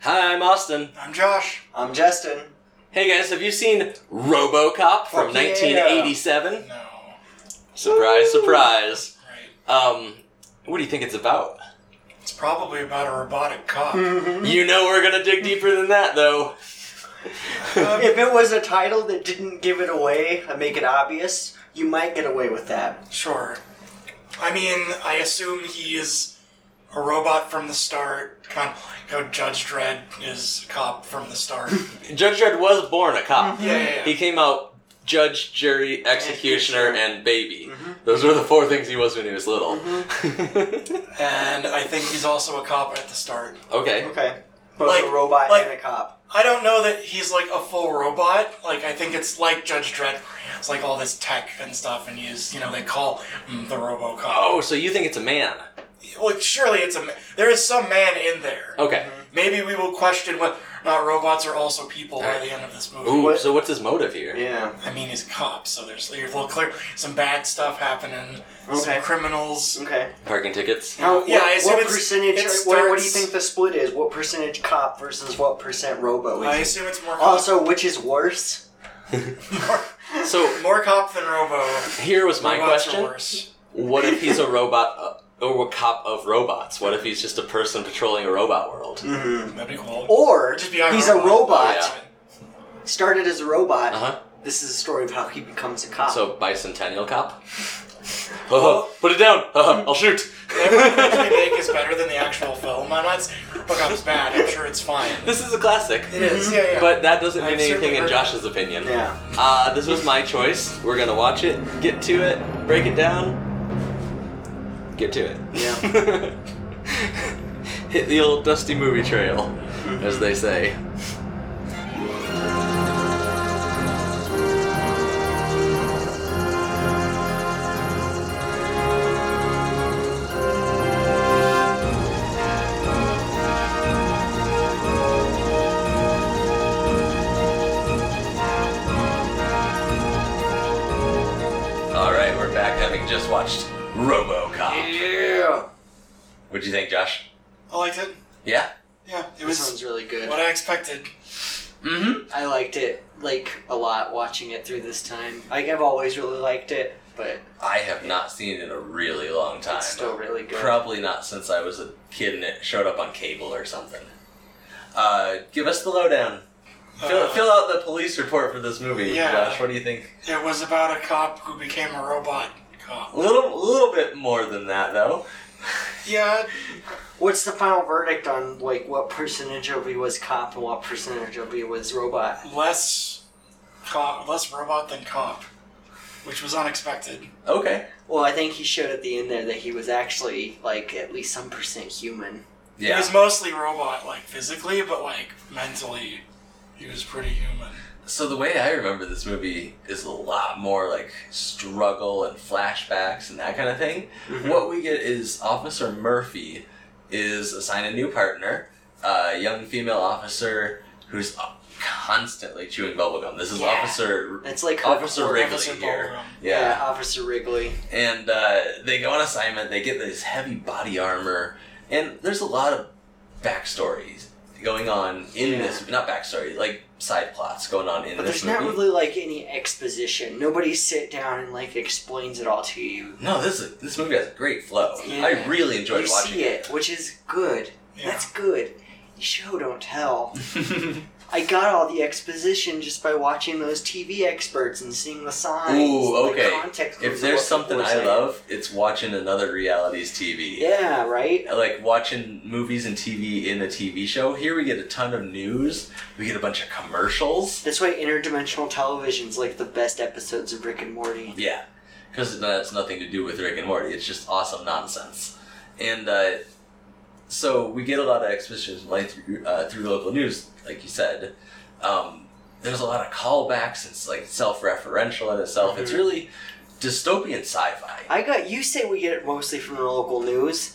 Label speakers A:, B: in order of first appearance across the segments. A: Hi, I'm Austin.
B: I'm Josh.
C: I'm Um, Justin.
A: Hey guys, have you seen RoboCop from
C: Fuck yeah.
A: 1987?
B: No,
A: Surprise, surprise.
B: right.
A: Um, what do you think it's about?
B: It's probably about a robotic cop.
A: You know we're gonna dig deeper than that, though.
C: um, If it was a title that didn't give it away and make it obvious, you might get away with that.
B: Sure. I mean, I assume he is a robot from the start, kind of like how Judge Dredd is a cop from the start.
A: Judge Dredd was born a cop.
B: Yeah, yeah, yeah.
A: He came out judge, jury, executioner, and baby. Those were the four things he was when he was little.
B: and I think he's also a cop at the start.
A: okay.
C: Okay. Both
B: Like-
C: a robot
B: like-
C: and a cop.
B: I don't know that he's like a full robot. Like, I think it's like Judge Dredd. It's like all this tech and stuff, and he's, you know, they call him the Robocop.
A: Oh, so you think it's a man?
B: Well, surely it's a. ma- There is some man in there.
A: Okay.
B: Maybe we will question whether or not robots are also people by the end of this movie.
A: Ooh,
C: What-
A: so what's his motive here?
C: Yeah.
B: I mean, he's a cop, so there's you're- well, clear some bad stuff happening,
C: Okay.
B: some criminals.
C: Okay.
A: Parking tickets?
C: How,
B: Yeah,
C: what,
B: I assume
C: what
B: it's-
C: percentage?
B: it
C: what, what do you
B: starts-
C: think the split is? What percentage cop versus what percent robo
B: I
C: is?
B: assume it's more cop,
C: Also, which is worse?
A: So
B: more cop than Robo.
A: here was my
B: Robots are
A: question.
B: worse.
A: What if he's a robot uh, or a cop of robots? What if he's just a person patrolling a robot world?
B: Mm. That'd be cool.
C: Or
B: Just be a
C: Oh, he's
B: robot.
C: a robot.
A: Oh,
C: Started as a robot.
A: Uh-huh.
C: This is a story of how he becomes a cop.
A: So bicentennial cop. Uh-huh, Put it down. Uh-huh, I'll shoot.
B: Everything they make is better than the actual film. I'm not saying Robocop's bad. I'm sure it's fine.
A: This is a classic.
B: It is. Yeah, yeah.
A: But that doesn't
B: I've
A: mean anything
B: certainly
A: in
B: heard
A: Josh's opinion.
C: Yeah.
A: Uh, this was my choice. We're gonna watch it, get to it, break it down, get to it. Hit the old dusty movie trail, as they say. All right, we're back having just watched RoboCop.
C: yeah.
A: What'd you think, Josh?
B: I liked it.
A: Yeah.
B: Yeah, it
C: This
B: was
C: sounds really good.
B: what I expected.
A: Mm-hmm.
C: I liked it like a lot watching it through this time. Like I've always really liked it, but
A: I have not seen it in a really long time.
C: it's still really good.
A: Probably not since I was a kid and it showed up on cable or something. Uh, give us the lowdown. Fill,
B: Uh,
A: fill out the police report for this movie,
B: Yeah.
A: Josh. What do you think?
B: It was about a cop who became a robot
A: A
B: cop.
A: little, little bit more than that, though.
B: Yeah,
C: What's the final verdict on like what percentage of he was cop and what percentage of he was robot?
B: less cop, less robot than cop, which was unexpected.
A: Okay.
C: Well, I think he showed at the end there that he was actually like at least some percent human.
B: He was mostly robot, like physically, but like mentally, he was pretty human.
A: So the way I remember this movie is a lot more like struggle and flashbacks and that kind of thing.
C: Mm-hmm.
A: What we get is Officer Murphy is assigned a new partner, a young female officer who's constantly chewing bubblegum. This is
C: Yeah.
A: Officer
C: It's like her
A: Officer
C: before-
A: Wrigley
B: Officer
A: here.
B: Bubblegum.
A: Yeah.
C: Officer Wrigley.
A: And uh, they go on assignment, they get this heavy body armor, and there's a lot of backstories going on in
C: Yeah.
A: this not backstory, like side plots going on in
C: But
A: this
C: there's
A: movie.
C: not really like any exposition. Nobody sit down and like explains it all to you.
A: No, this is, this movie has great flow.
C: Yeah.
A: I really enjoyed
C: you
A: watching
C: see it, which is good.
B: Yeah.
C: That's good. You show don't tell.
A: it.
C: I got all the exposition just by watching those TV experts and seeing the signs.
A: Ooh,
C: the
A: okay.
C: context clues
A: if
C: of
A: there's
C: what people
A: something
C: were
A: I
C: saying.
A: love, it's watching another realities TV.
C: Yeah, right?
A: I Like watching movies and TV in a TV show. Here we get a ton of news. We get a bunch of commercials.
C: That's why interdimensional television's like the best episodes of Rick and Morty.
A: Yeah, because that's nothing to do with Rick and Morty. It's just awesome nonsense. And uh, so we get a lot of exposition like through, uh, through local news, like you said. Um, there's a lot of callbacks. It's like self-referential in itself. It's
C: Mhm.
A: really dystopian sci-fi.
C: I got you say we get it mostly from the local news.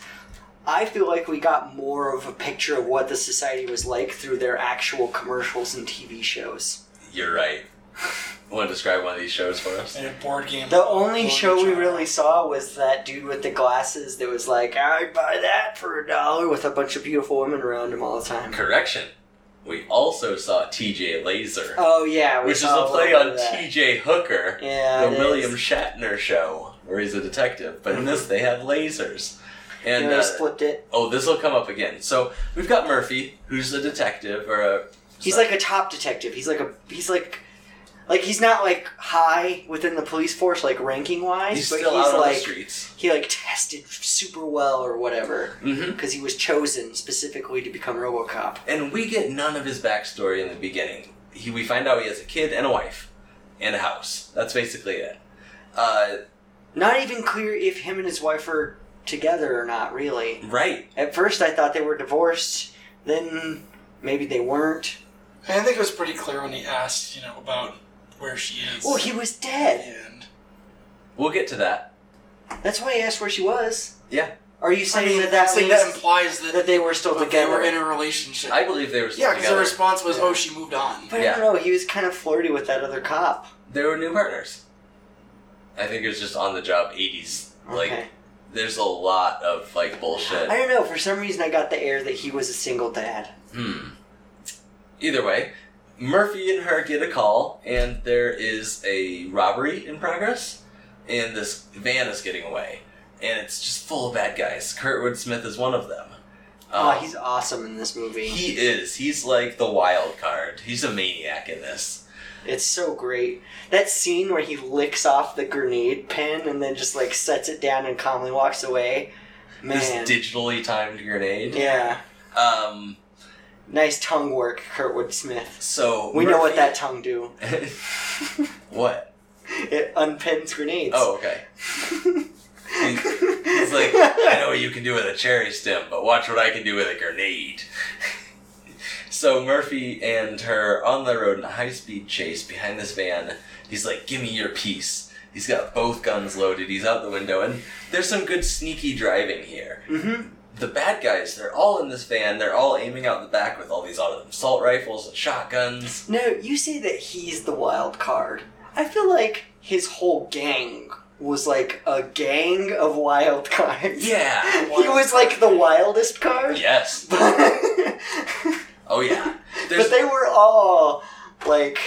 C: I feel like we got more of a picture of what the society was like through their actual commercials and TV shows.
A: You're right. Want to describe one of these shows for us?
B: And a board game.
C: The only
B: board
C: show we
B: game.
C: really saw was that dude with the glasses that was like, I'd buy that for a dollar with a bunch of beautiful women around him all the time.
A: Correction. we also saw TJ Laser,
C: Oh yeah, we
A: which is
C: saw
A: a play
C: little
A: on
C: bit of that.
A: TJ Hooker,
C: Yeah,
A: the
C: it
A: William
C: is. Mm-hmm.
A: Shatner show, where he's a detective. But in this, they have lasers. And
C: they
A: uh,
C: flipped it.
A: oh, this will come up again. So we've got Murphy, who's a detective or uh, a
C: He's like a top detective. He's like a he's like like he's not like high within the police force like ranking wise,
A: he's
C: but
A: still
C: he's
A: out on
C: like
A: the streets.
C: he like tested super well or whatever
A: hmm
C: because he was chosen specifically to become RoboCop.
A: And we get none of his backstory in the beginning. He, we find out he has a kid and a wife and a house. That's basically it. Uh,
C: Not even clear if him and his wife are together or not really.
A: right.
C: At first I thought they were divorced, then maybe they weren't.
B: I think it was pretty clear when he asked, you know, about where she is.
C: Oh, he was dead.
B: and
A: We'll get to that.
C: That's why I asked where she was.
A: Yeah.
C: Are you
B: I
C: saying
B: mean,
C: that
B: that's
C: that
B: like
C: means
B: that implies that,
C: that they were still
B: that they
C: together?
B: were in a relationship.
A: I believe they were still
B: yeah, because
A: together.
B: the response was,
C: Yeah.
B: "Oh, she moved on."
C: But
A: Yeah.
C: I don't know. He was kind of flirty with that other cop.
A: They were new partners. I think it was just on the job 80s. Like,
C: Okay.
A: there's a lot of, like, bullshit.
C: I don't know. For some reason, I got the air that he was a single dad.
A: Hmm. Either way, Murphy and her get a call, and there is a robbery in progress, and this van is getting away, and it's just full of bad guys. Kurtwood Smith is one of them.
C: Oh,
A: Um,
C: he's awesome in this movie.
A: he is. He's like the wild card. He's a maniac in this.
C: it's so great. That scene where he licks off the grenade pin and then just like sets it down and calmly walks away.
A: This
C: Man,
A: digitally timed grenade.
C: yeah,
A: Um.
C: nice tongue work, Kurtwood Smith.
A: So
C: We know what that
A: Murphy-
C: tongue do.
A: what?
C: It unpins grenades.
A: Oh, okay. He's- he's like, I know what you can do with a cherry stem, but watch what I can do with a grenade. so Murphy and her on the road in a high speed chase behind this van. He's like, "Give me your piece." He's got both guns loaded. He's out the window, and there's some good sneaky driving here.
C: hmm
A: The bad guys, they're all in this van. They're all aiming out the back with all these auto assault rifles and shotguns.
C: No, you say that he's the wild card. I feel like his whole gang was like a gang of wild cards.
A: Yeah.
C: he was like the wildest card.
A: Yes.
C: But,
A: Oh yeah. There's
C: but they were all like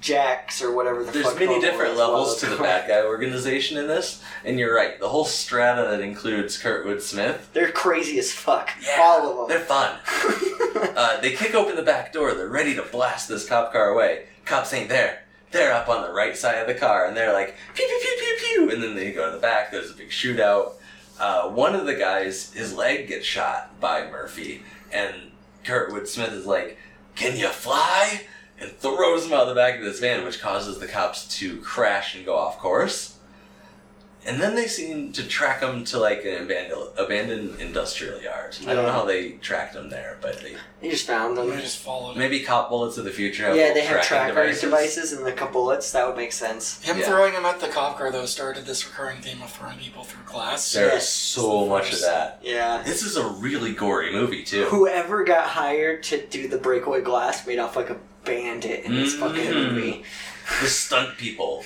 C: jacks or whatever the
A: There's
C: fuck
A: many
C: level
A: different
C: is
A: levels to the
C: wild card.
A: bad guy organization in this, and you're right. The whole strata that includes Kurtwood Smith,
C: They're crazy as fuck.
A: Yeah.
C: All of
A: they're
C: them.
A: fun. Uh, they kick open the back door. They're ready to blast this cop car away. Cops ain't there. They're up on the right side of the car, and they're like pew pew pew pew pew, and then they go to the back. There's a big shootout. Uh, one of the guys, his leg gets shot by Murphy, and Kurtwood Smith is like, "Can you fly?" and throws him out the back of this van, which causes the cops to crash and go off course. And then they seem to track him to like an abandoned, abandoned industrial yard. I don't know
C: Yeah.
A: how they tracked him there, but they
C: they just found them.
B: I just followed him.
A: Maybe cop bullets of the future have
C: yeah,
A: little
C: they have
A: tracking
C: tracker devices. and like a bullets. That would make sense.
B: Him
A: Yeah.
B: throwing him at the cop car though started this recurring theme of throwing people through glass.
A: There's
C: Yes.
A: so much of that.
C: Yeah.
A: This is a really gory movie too.
C: Whoever got hired to do the breakaway glass made off like a bandit in this fucking
A: Mm.
C: movie.
A: The stunt people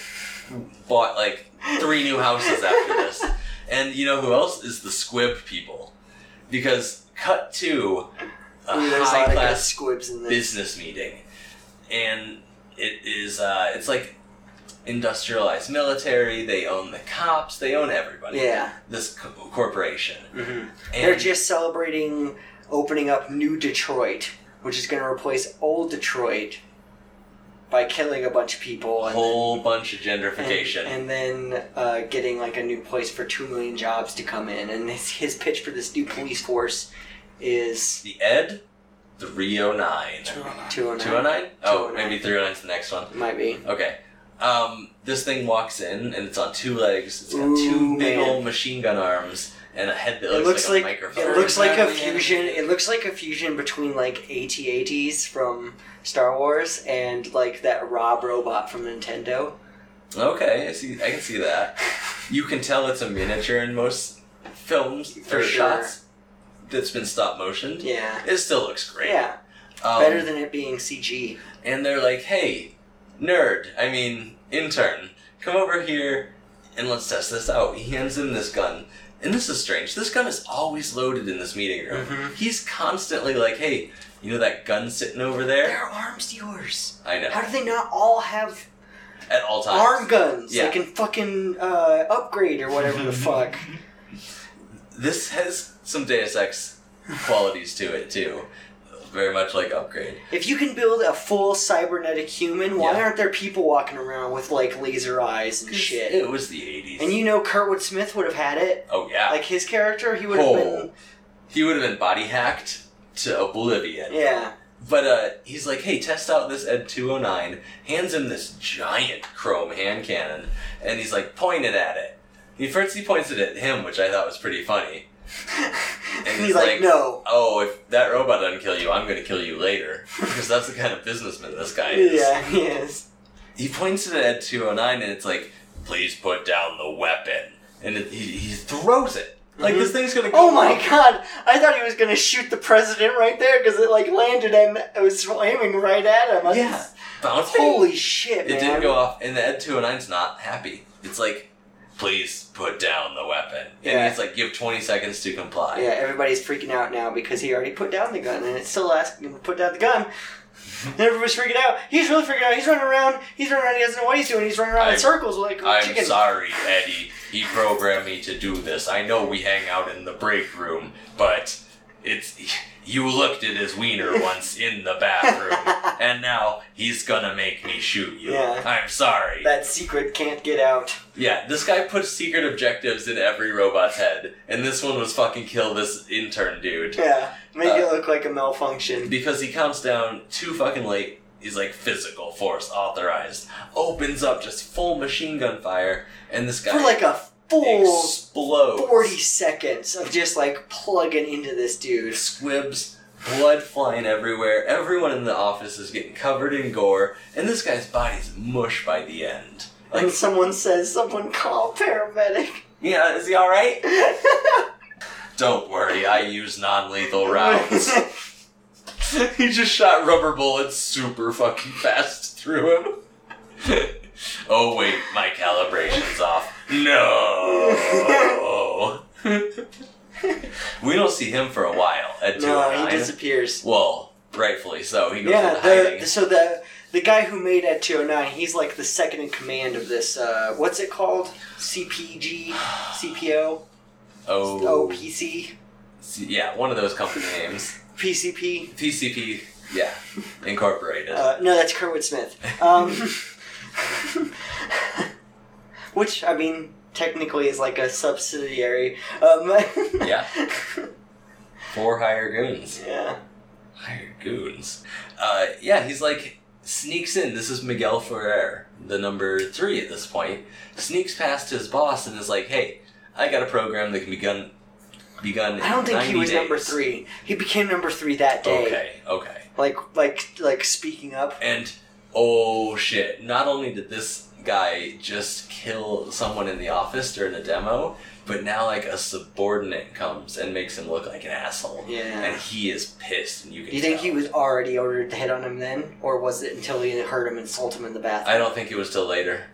A: bought like three new houses after this, and you know who else is the squib people? Because cut to a
C: Ooh, there's a lot
A: high
C: of good
A: class
C: squibs in this.
A: business meeting, and it is uh, it's like industrialized military. They own the cops. They own everybody.
C: Yeah.
A: This co- corporation.
C: Mm-hmm.
A: And
C: They're just celebrating opening up New Detroit, which is going to replace Old Detroit by killing a bunch of people
A: a
C: and
A: whole bunch of gentrification.
C: and, and then uh, getting like a new place for two million jobs to come in. And his, his pitch for this new police force is
A: the Ed, 309.
B: Two on a-
C: two hundred.
A: 209? Oh,
C: 209.
A: maybe 309's the next one.
C: Might be.
A: Okay. Um, this thing walks in and it's on two legs. It's got two
C: Ooh,
A: big
C: man.
A: old machine gun arms and a head that
C: It
A: looks,
C: looks
A: like,
C: like,
A: a microphone.
C: it looks like a
B: Badly
C: fusion.
B: animated.
C: It looks like a fusion between like AT-ATs from Star Wars and like that Rob robot from Nintendo.
A: Okay, I see. I can see that. You can tell it's a miniature in most films
C: For
A: or
C: sure.
A: shots that's been stop motioned.
C: Yeah,
A: It still looks great.
C: yeah,
A: Um,
C: better than it being CG.
A: and they're like, "Hey, nerd, I mean intern, come over here and let's test this out." He hands him this gun, and this is strange. This gun is always loaded in this meeting room.
C: Mhm.
A: He's constantly like, "Hey, You know that gun sitting over there?
C: They're arms dealers.
A: I know.
C: How do they not all have
A: At all times.
C: arm guns?
A: Yeah.
C: Like in fucking uh, Upgrade or whatever the fuck.
A: This has some Deus Ex qualities to it too. Very much like upgrade.
C: If you can build a full cybernetic human, why
A: Yeah.
C: aren't there people walking around with like laser eyes and shit?
A: It was the eighties.
C: And you know Kurtwood Smith would have had it.
A: Oh yeah.
C: Like his character, he would have
A: oh, he would have been body hacked to oblivion.
C: been Yeah.
A: But uh, he's like, hey, test out this Ed 209. Hands him this giant chrome hand cannon, and he's like, point it at it. He first he points it at him, which I thought was pretty funny.
C: And,
A: he's
C: he's, like,
A: like-
C: no.
A: Oh, if that robot doesn't kill you, I'm going to kill you later. Because that's the kind of businessman this guy is.
C: Yeah, he is.
A: He points it at Ed 209, and it's like, please put down the weapon. And it, he, he throws it. Like,
C: Mhm.
A: this thing's going to go
C: Oh my
A: off.
C: god! I thought he was gonna shoot the president right there because it like landed and it was aiming right at him. I
A: Yeah. Bounce
C: Holy shit,
A: It
C: man.
A: didn't go off, and the Ed 209's not happy. It's like, please put down the weapon. And
C: Yeah.
A: it's like, give 20 seconds to comply.
C: Yeah, everybody's freaking out now because he already put down the gun and it's still asking him to put down the gun. And everybody's freaking out. He's really freaking out. He's running around. He's running around. He doesn't know what he's doing. He's running around
A: I'm-
C: in circles like a
A: I'm
C: chicken.
A: sorry, Eddie. He programmed me to do this. I know we hang out in the break room, but it's. You looked at his wiener once in the bathroom, and now he's gonna make me shoot you.
C: Yeah.
A: I'm sorry.
C: That secret can't get out.
A: yeah, this guy puts secret objectives in every robot's head, and this one was fucking kill this intern dude.
C: Yeah, make
A: Uh,
C: it look like a malfunction.
A: Because he counts down too fucking late. He's like physical force authorized. Opens up just full machine gun fire, and this guy
C: For like a full
A: explodes.
C: 40 seconds of just like plugging into this dude.
A: Squibs, blood flying everywhere. Everyone in the office is getting covered in gore, and this guy's body's mush by the end. Like,
C: And someone says, someone call paramedic.
A: yeah, is he all right? Don't worry, I use non-lethal rounds. he just shot rubber bullets super fucking fast through him. oh wait, my calibration's off. No. we don't see him for a while at two
C: no,
A: oh nine.
C: he disappears.
A: Well, rightfully so. He goes
C: Yeah,
A: into hiding.
C: the, so the the guy who made at 209, he's like the second in command of this, uh, what's it called? CPG? CPO?
A: oh,
C: OPC?
A: yeah, one of those company names.
C: PCP?
A: PCP, yeah, Incorporated.
C: Uh, no, that's Kurtwood Smith. Um, which, I mean, technically is like a subsidiary. Um,
A: yeah, four higher goons.
C: yeah.
A: Higher goons. Uh, yeah, he's like sneaks in. This is Miguel Ferrer, the number three at this point. Sneaks past his boss and is like, "Hey, I got a program that can be gun, begun."
C: I don't think he
A: 90
C: was number
A: days."
C: three. He became number three that day.
A: Okay, okay.
C: Like, like, like speaking up.
A: And oh shit, not only did this guy just kill someone in the office during a demo, but now like a subordinate comes and makes him look like an asshole.
C: Yeah.
A: And he is pissed and you can
C: Do you think
A: tell.
C: he was already ordered to hit on him then, or was it until he heard him insult him in the bathroom?
A: I don't think it was till later.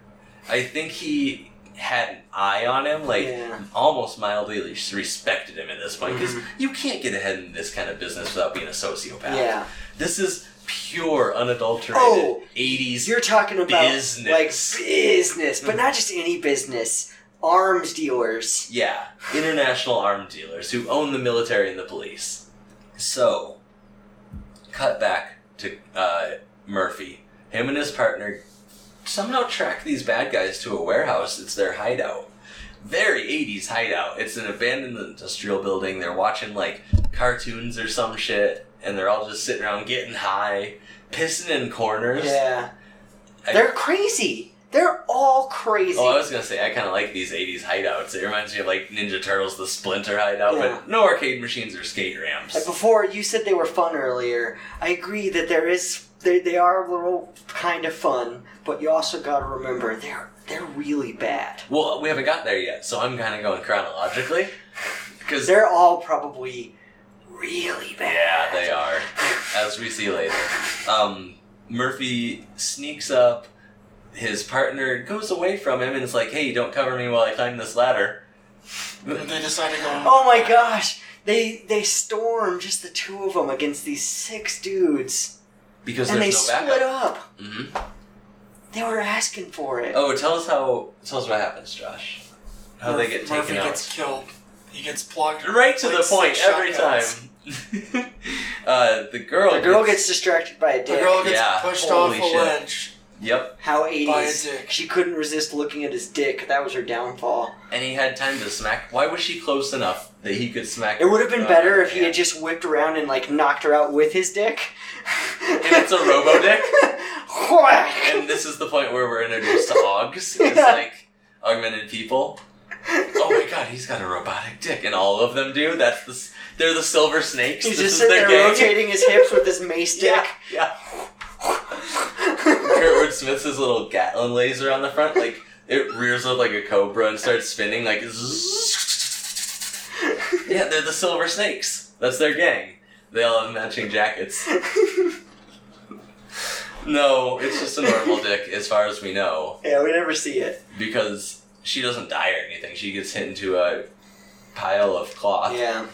A: I think he had an eye on him, like
C: Yeah.
A: almost mildly respected him at this point because
C: Mm-hmm.
A: you can't get ahead in this kind of business without being a sociopath.
C: Yeah.
A: This is pure unadulterated
C: Oh,
A: 80s
C: You're talking about
A: Business. Hmm.
C: like business, but not just any business. Arms dealers.
A: Yeah, international arm dealers who own the military and the police. So, cut back to uh, Murphy. Him and his partner somehow track these bad guys to a warehouse. It's their hideout. Very 80s hideout. It's an abandoned industrial building. They're watching like cartoons or some shit, and they're all just sitting around getting high, pissing in corners.
C: Yeah.
A: I-
C: They're crazy. They're all crazy.
A: Oh, I was gonna say I kind of like these '80s hideouts. It reminds me of like Ninja Turtles, the Splinter hideout,
C: Yeah.
A: but no arcade machines or skate
C: Like,
A: ramps.
C: before you said they were fun earlier, I agree that there is they, they are a little kind of fun, but you also got to remember they're they're really bad.
A: Well, we haven't got there yet, so I'm kind of going chronologically because
C: They're all probably really bad.
A: yeah, they are, as we see later. Um, Murphy sneaks up. His partner goes away from him and is like, "Hey, don't cover me while I climb this ladder."
B: They decide to go.
C: Oh my gosh. They they storm just the two of them against these six dudes,
A: because
C: and they
A: there's no
C: split
A: backup.
C: up.
A: hmm
C: They were asking for it.
A: Oh, tell us how. Tell us what happens, Josh. How they get
B: Murphy
A: taken out.
B: gets killed. He gets plugged.
A: right to
B: like
A: the point
B: six
A: every
B: shotguns.
A: time. uh, the girl.
C: the girl gets distracted by a
B: The
C: dick.
B: girl gets
A: Yeah,
B: pushed off
A: holy
B: a
A: shit.
B: ledge.
A: Yep,
C: How
B: By a
C: eighties?
B: dick.
C: She couldn't resist looking at his dick. That was her downfall.
A: and he had time to smack. Why was she close enough that he could smack?
C: It would have been
A: uh,
C: better if he
A: yeah.
C: had just whipped around and like knocked her out with his dick.
A: And it's a robo dick.
C: Whack!
A: and this is the point where we're introduced to Augs. It's
C: Yeah.
A: like augmented people. Oh my god, he's got a robotic dick, and all of them do. That's the s- they're the silver snakes.
C: He's
A: this
C: just
A: is
C: sitting
A: their
C: there
A: gang.
C: rotating his hips with his mace
A: Yeah,
C: dick.
A: yeah. Kurtwood Smith's his little Gatlin laser on the front, like it rears up like a cobra and starts spinning like. zzzz. Yeah, they're the silver snakes. That's their gang. They all have matching jackets. No, it's just a normal dick, as far as we know.
C: yeah, we never see it.
A: because she doesn't die or anything. She gets hit into a pile of cloth,
C: Yeah.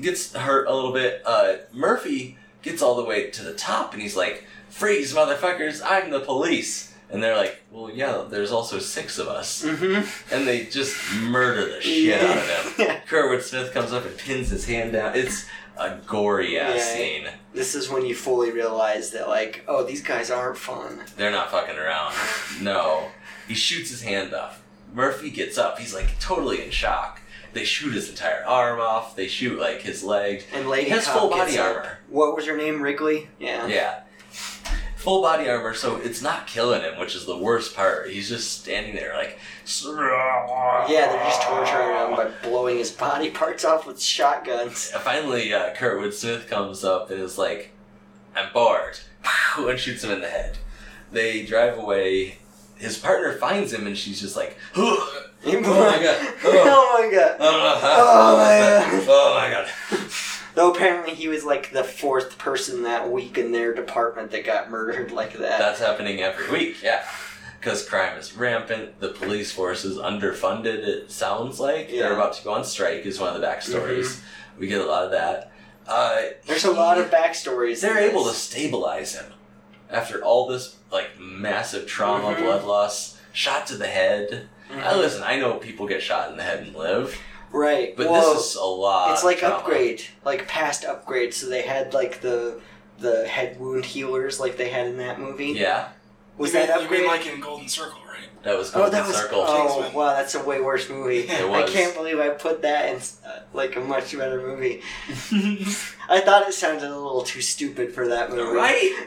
A: gets hurt a little bit. Uh, Murphy gets all the way to the top, and he's like, "Freeze, motherfuckers! I'm the police." And they're like, "Well, yeah, there's also six of us,"
C: Mm-hmm.
A: and they just murder the shit out of them.
C: Yeah.
A: Kerwood Smith comes up and pins his hand down. It's a gory ass
C: Yeah.
A: scene.
C: This is when you fully realize that, like, oh, these guys aren't fun.
A: They're not fucking around. No. He shoots his hand off. Murphy gets up. He's like totally in shock. They shoot his entire arm off. They shoot like his leg.
C: And Lady
A: He has
C: Cop
A: full
C: gets
A: body
C: up.
A: armor.
C: What was her name? Wrigley. Yeah.
A: Yeah. Full body armor, so it's not killing him, which is the worst part. He's just standing there like.
C: Yeah, they're just torturing him by blowing his body parts off with shotguns.
A: Finally, uh, Kurtwood Smith comes up and is like, I'm bored. Pow! And shoots him in the head. They drive away. His partner finds him and she's just like, "Ugh."
C: Oh
A: my God.
C: oh my god.
A: I don't know how.
C: Oh, man.
A: Oh my god.
C: Though apparently he was like the fourth person that week in their department that got murdered like that.
A: That's happening every week, yeah. Because crime is rampant, the police force is underfunded, it sounds like.
C: Yeah. Mm-hmm.
A: They're about to go on strike, is one of the backstories. We get a lot of that. Uh,
C: There's a lot of backstories.
A: They're
C: in
A: able to
C: this.
A: stabilize him after all this, like, massive trauma,
C: Mhm.
A: blood loss, shot to the head.
C: Mhm.
A: I listen, I know people get shot in the head and live,
C: Right.
A: but
C: Whoa.
A: this is a lot.
C: it's
A: of
C: like
A: trauma.
C: upgrade, like past upgrade. So they had like the the head wound healers, like they had in that movie.
A: Yeah,
C: Was
B: you
C: that
B: mean, you
C: upgrade?
B: mean like in Golden Circle, right?
A: that was
C: oh,
A: Golden
C: that was.
A: Circle.
C: Oh
B: Kingsman.
C: wow, that's a way worse movie.
A: It
C: I
A: was.
C: can't believe I put that in uh, like a much better movie. I thought it sounded a little too stupid for that movie.
A: Right?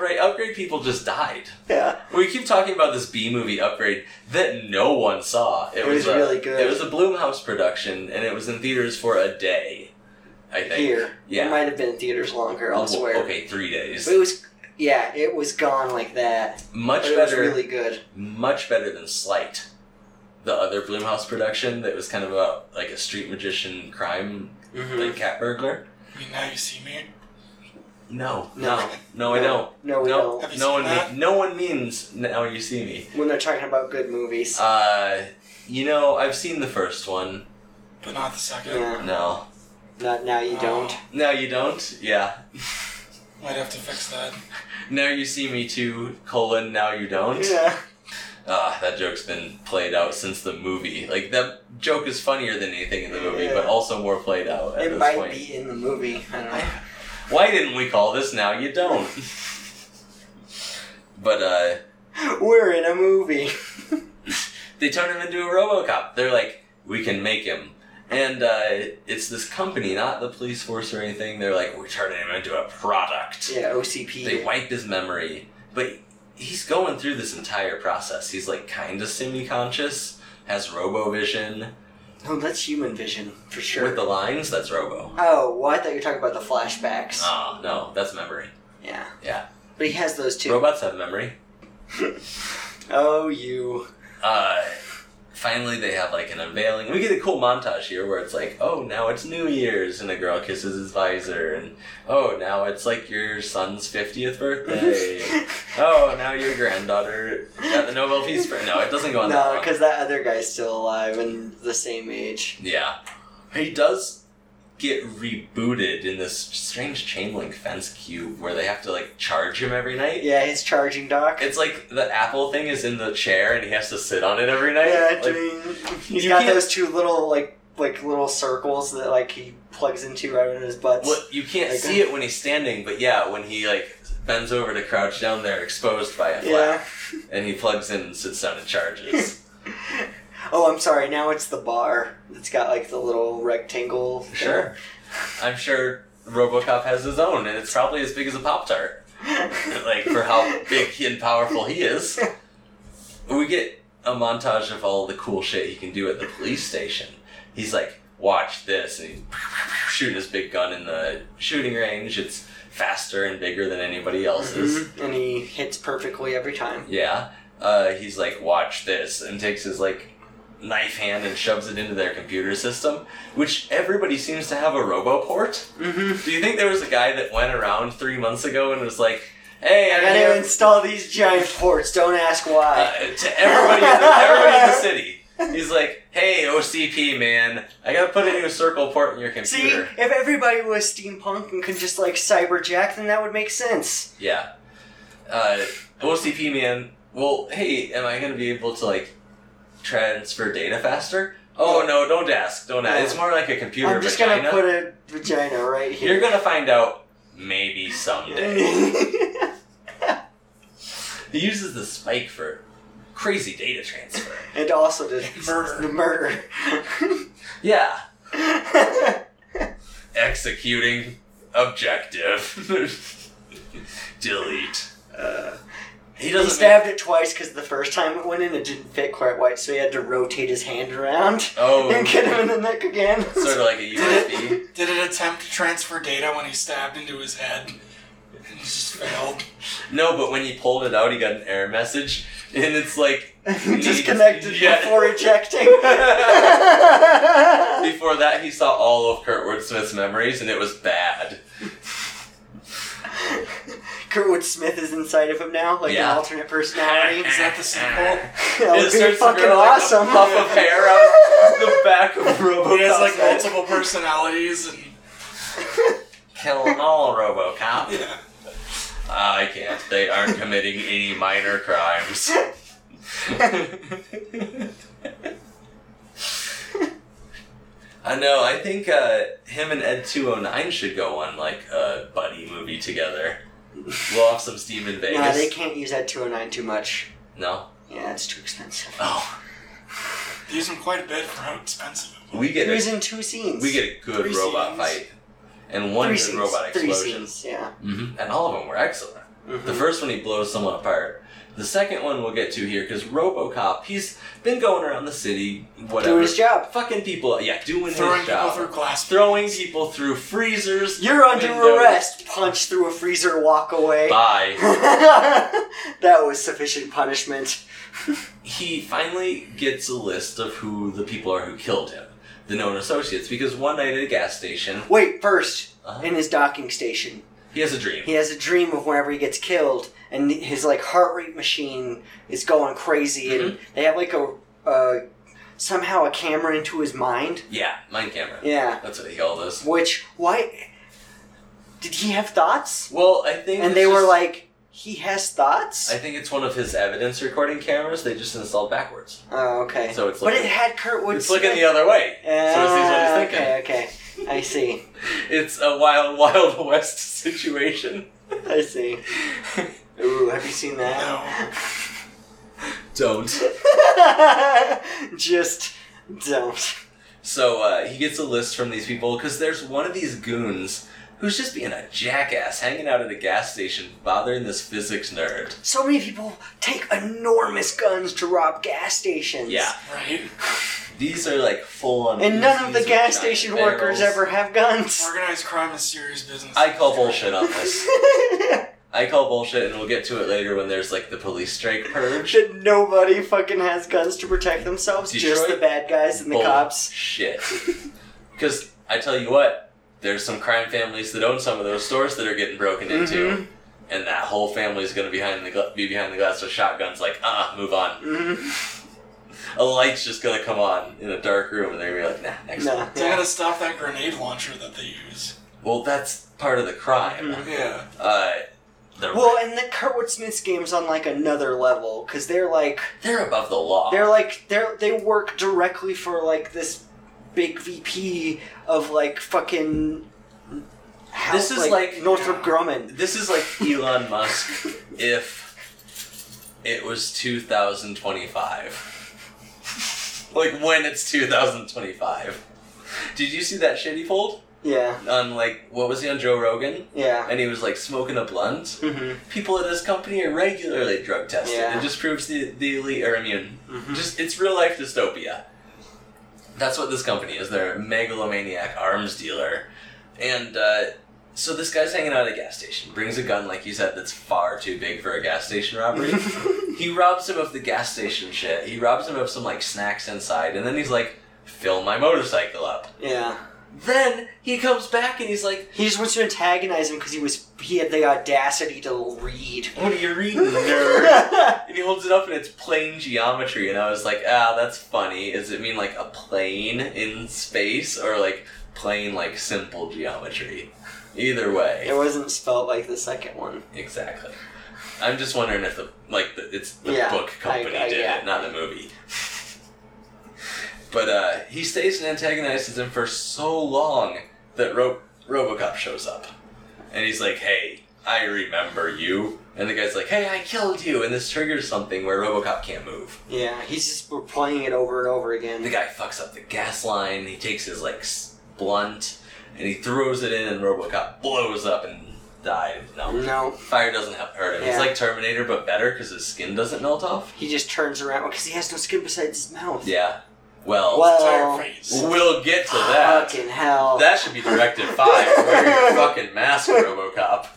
A: Right, upgrade people just died.
C: yeah.
A: We keep talking about this B movie upgrade that no one saw. It,
C: It was
A: a-
C: really good.
A: It was a Bloomhouse production, and it was in theaters for a day. I think.
C: Here,
A: Yeah.
C: it might have been in theaters longer elsewhere.
A: Okay, three days.
C: But it was. Yeah, it was gone like that.
A: Much
C: but it was
A: better.
C: really good.
A: Much better than Slight, the other Bloomhouse production that was kind of about like a street magician crime, like cat burglar.
B: I mean, now you see me.
A: No,
C: No.
A: no, no, I don't.
C: No, we
A: no,
C: don't.
B: Have you
A: no
B: seen
A: one,
B: that?
A: mean, no one means now you see me.
C: When they're talking about good movies.
A: Uh, you know, I've seen the first one.
B: But not the second.
C: yeah.
A: No,
C: Not now you
B: Oh,
C: don't.
A: no, you don't. Yeah,
B: Might have to fix that.
A: Now you see me too, colon, now you don't.
C: Yeah.
A: Ah, that joke's been played out since the movie. Like, that joke is funnier than anything in the movie,
C: Yeah.
A: but also more played out at
C: It
A: this
C: might
A: point.
C: be in the movie. I don't know.
A: I- Why didn't we call this Now You Don't? but, uh,
C: We're in a movie.
A: they turn him into a Robocop. They're like, we can make him. And uh, it's this company, not the police force or anything. They're like, we're turning him into a product.
C: yeah, OCP.
A: They wipe his memory, but he's going through this entire process. He's like kind of semi-conscious, has RoboVision
C: no, Oh, that's human vision for
A: with
C: sure.
A: the lines. That's Robo.
C: oh, well, I thought you were talking about the flashbacks.
A: Ah, no, that's memory.
C: yeah.
A: yeah.
C: But he has those too.
A: Robots have memory.
C: oh, you.
A: Uh, finally, they have like an unveiling. We get a cool montage here where it's like, oh, now it's New Year's, and the girl kisses his visor, and oh, now it's like your son's fiftieth birthday. oh, now your granddaughter got the Nobel Peace Prize. No, it doesn't go on that
C: no,
A: long.
C: because that other guy's still alive and the same age.
A: Yeah. He does get rebooted in this strange chain link fence cube where they have to like charge him every night.
C: Yeah, his charging dock.
A: It's like the Apple thing is in the chair and he has to sit on it every night.
C: Yeah, I
A: Like,
C: mean, he's
A: you
C: got
A: can't-
C: those two little like like little circles that like he plugs into right in his butt.
A: Well, you can't
C: Like-
A: see it when he's standing, but yeah, when he like bends over to crouch down there, exposed by a
C: Yeah.
A: flap, and he plugs in and sits down and charges.
C: Oh, I'm sorry. Now it's the bar. It's got like the little rectangle. thing.
A: Sure. I'm sure RoboCop has his own, and it's probably as big as a Pop Tart, like for how big and powerful he is. We get a montage of all the cool shit he can do at the police station. He's like, "Watch this," and he's shooting his big gun in the shooting range. It's faster and bigger than anybody else's.
C: Mhm. And he hits perfectly every time.
A: Yeah. Uh, he's like, watch this, and takes his like knife hand and shoves it into their computer system, which everybody seems to have a roboport.
C: Mm-hmm.
A: Do you think there was a guy that went around three months ago and was like, hey,
C: I
A: I'm
C: gotta
A: here
C: install these giant ports. Don't ask why.
A: uh, to everybody in, the, everybody in the city? He's like, hey, OCP man, I gotta put a new circle port in your
C: See,
A: computer.
C: if everybody was steampunk and could just like cyberjack, then that would make sense.
A: Yeah. Uh, OCP man, well, hey, am I gonna be able to like transfer data faster? Oh no, don't ask, don't ask. It's more like a computer
C: I'm just
A: vagina.
C: gonna put a vagina right
A: You're
C: here.
A: gonna find out maybe someday. he uses the spike for crazy data transfer.
C: and also to
B: Murder.
C: the murder.
A: Yeah. Executing objective. Delete.
C: Uh,
A: He
C: he
A: doesn't make-
C: stabbed it twice because the first time it went in, it didn't fit quite right, so he had to rotate his hand around and
A: Oh,
C: get him in the neck again.
A: sort of like a USB.
B: Did it attempt to transfer data when he stabbed into his head? It just failed.
A: No, but when he pulled it out, he got an error message, and it's like
C: Disconnected
A: Yeah.
C: before ejecting.
A: before that, he saw all of Kurtwood Smith's memories, and it was bad.
C: Kurtwood Smith is inside of him now, like
A: Yeah.
C: an alternate personality.
B: Is that the sequel?
C: that
A: It
C: would be
A: starts to
C: fucking
A: grow, like, a
C: awesome.
A: puff of hair out the back of RoboCop.
B: He has like
A: head.
B: multiple personalities and
A: kill 'em all, RoboCop.
B: yeah.
A: I can't. They aren't committing any minor crimes. Uh, I know. I think uh, him and Ed Two Hundred Nine should go on like a buddy movie together. Blow off some steam in Vegas.
C: Nah, they can't use that 209 too much.
A: No.
C: Yeah, it's too expensive.
A: Oh,
B: They use them quite a bit for how expensive it was.
A: we
C: He
A: get
C: was
A: a,
C: in two scenes.
A: we get a good
B: Three
A: robot
B: scenes.
A: fight and one
C: three
A: good
C: scenes.
A: robot
C: three
A: explosion,
C: scenes, yeah.
A: hmm and all of them were excellent.
C: Mhm.
A: The first one, he blows someone apart. The second one, we'll get to here because RoboCop, he's been going around the city, whatever,
C: Doing his job.
A: fucking people, yeah, doing
B: Throwing
A: his
B: people
A: job,
B: through glass.
A: throwing people through freezers.
C: You're under
A: windows.
C: arrest. Punch through a freezer, walk away.
A: uh, Bye.
C: that was sufficient punishment.
A: He finally gets a list of who the people are who killed him, the known associates, because one night at a gas station,
C: Wait, first,
A: Uh-huh.
C: in his docking station,
A: he has a dream.
C: he has a dream of whenever he gets killed and his like heart rate machine is going crazy and
A: Mm-hmm.
C: they have like a uh, somehow a camera into his mind
A: Yeah, mind camera.
C: yeah
A: That's what he called us.
C: which why did he have thoughts
A: Well, I think
C: and
A: it's
C: they were
A: just-
C: like he has thoughts
A: I think it's one of his evidence recording cameras. They just installed backwards.
C: oh okay
A: So it's
C: but
A: looking-
C: it had Kurtwood
A: It's looking the other way. So it sees what he's
C: Ah,
A: thinking.
C: okay okay I see
A: It's a wild, wild west situation.
C: I see ooh have you seen that
B: No.
A: Don't.
C: just don't
A: So uh, he gets a list from these people because there's one of these goons who's just being a jackass, hanging out at a gas station, bothering this physics nerd.
C: So many people take enormous guns to rob gas stations.
A: Yeah,
B: Right?
A: these are like full on.
C: And none of the
A: Uzis with
C: gas
A: giant
C: station
A: barrels.
C: workers ever have guns.
B: Organized crime is serious business.
A: I call bullshit on this. I call bullshit, and we'll get to it later when there's like the police strike purge.
C: Shit, nobody fucking has guns to protect themselves, just
A: Detroit?
C: the bad guys and the cops.
A: Shit. Because I tell you what, there's some crime families that own some of those stores that are getting broken into,
C: Mhm.
A: and that whole family's going to behind the gla- be behind the glass with shotguns. Like, uh, uh move on.
C: Mhm.
A: uh-uh, a light's just gonna come on in a dark room, and they're gonna be like, nah, next
C: No.
A: time.
B: They gotta stop that grenade launcher that they use.
A: Well, that's part of the crime.
B: Yeah.
A: Uh, they're,
C: Mm-hmm. Well, and the Kurtwood Smith's game's on like another level because they're like
A: they're above the law.
C: they're like they're they work directly for like this big VP of like fucking. how-
A: This is like-
C: Northrop Grumman.
A: This is like Elon Musk if it was 2025. like when it's 2025. Did you see that shit he pulled
C: Yeah,
A: on like what was he on Joe Rogan?
C: yeah.
A: And he was like smoking a blunt.
C: Mm-hmm.
A: People at his company are regularly drug tested.
C: Yeah.
A: It just proves the, the elite are immune.
C: Mhm.
A: Just it's real life dystopia. That's what this company is. They're a megalomaniac arms dealer, and uh, so this guy's hanging out at a gas station. Brings a gun, like you said, that's far too big for a gas station robbery. he robs him of the gas station shit. He robs him of some like snacks inside, and then he's like, "Fill my motorcycle up."
C: yeah.
A: Then he comes back and he's like,
C: He just wants to antagonize him because he was he had the audacity to read.
A: "What are you reading, nerd?" And he holds it up and it's plane geometry. And I was like, ah, that's funny. Does it mean like a plane in space or like plain, like simple geometry? Either
C: it
A: way.
C: wasn't spelt like the second one.
A: Exactly. I'm just wondering if the, like, the, it's the
C: Yeah,
A: book company
C: I- I-
A: did
C: yeah.
A: it, not the movie. But uh, he stays and antagonizes him for so long that Ro- Robocop shows up. And he's like, hey, I remember you. And the guy's like, hey, I killed you. And this triggers something where Robocop can't move.
C: Yeah, he's just we're playing it over and over again.
A: The guy fucks up the gas line. He takes his like s- blunt and he throws it in, and RoboCop blows up and dies. No,
C: no,
A: fire doesn't help hurt him. He's
C: Yeah.
A: like Terminator, but better because his skin doesn't melt off.
C: he just turns around because he has no skin besides his mouth.
A: Yeah. Well,
C: Well,
B: Entire face.
A: we'll get to that.
C: fucking hell.
A: That should be directed five. Wear your fucking mask, RoboCop.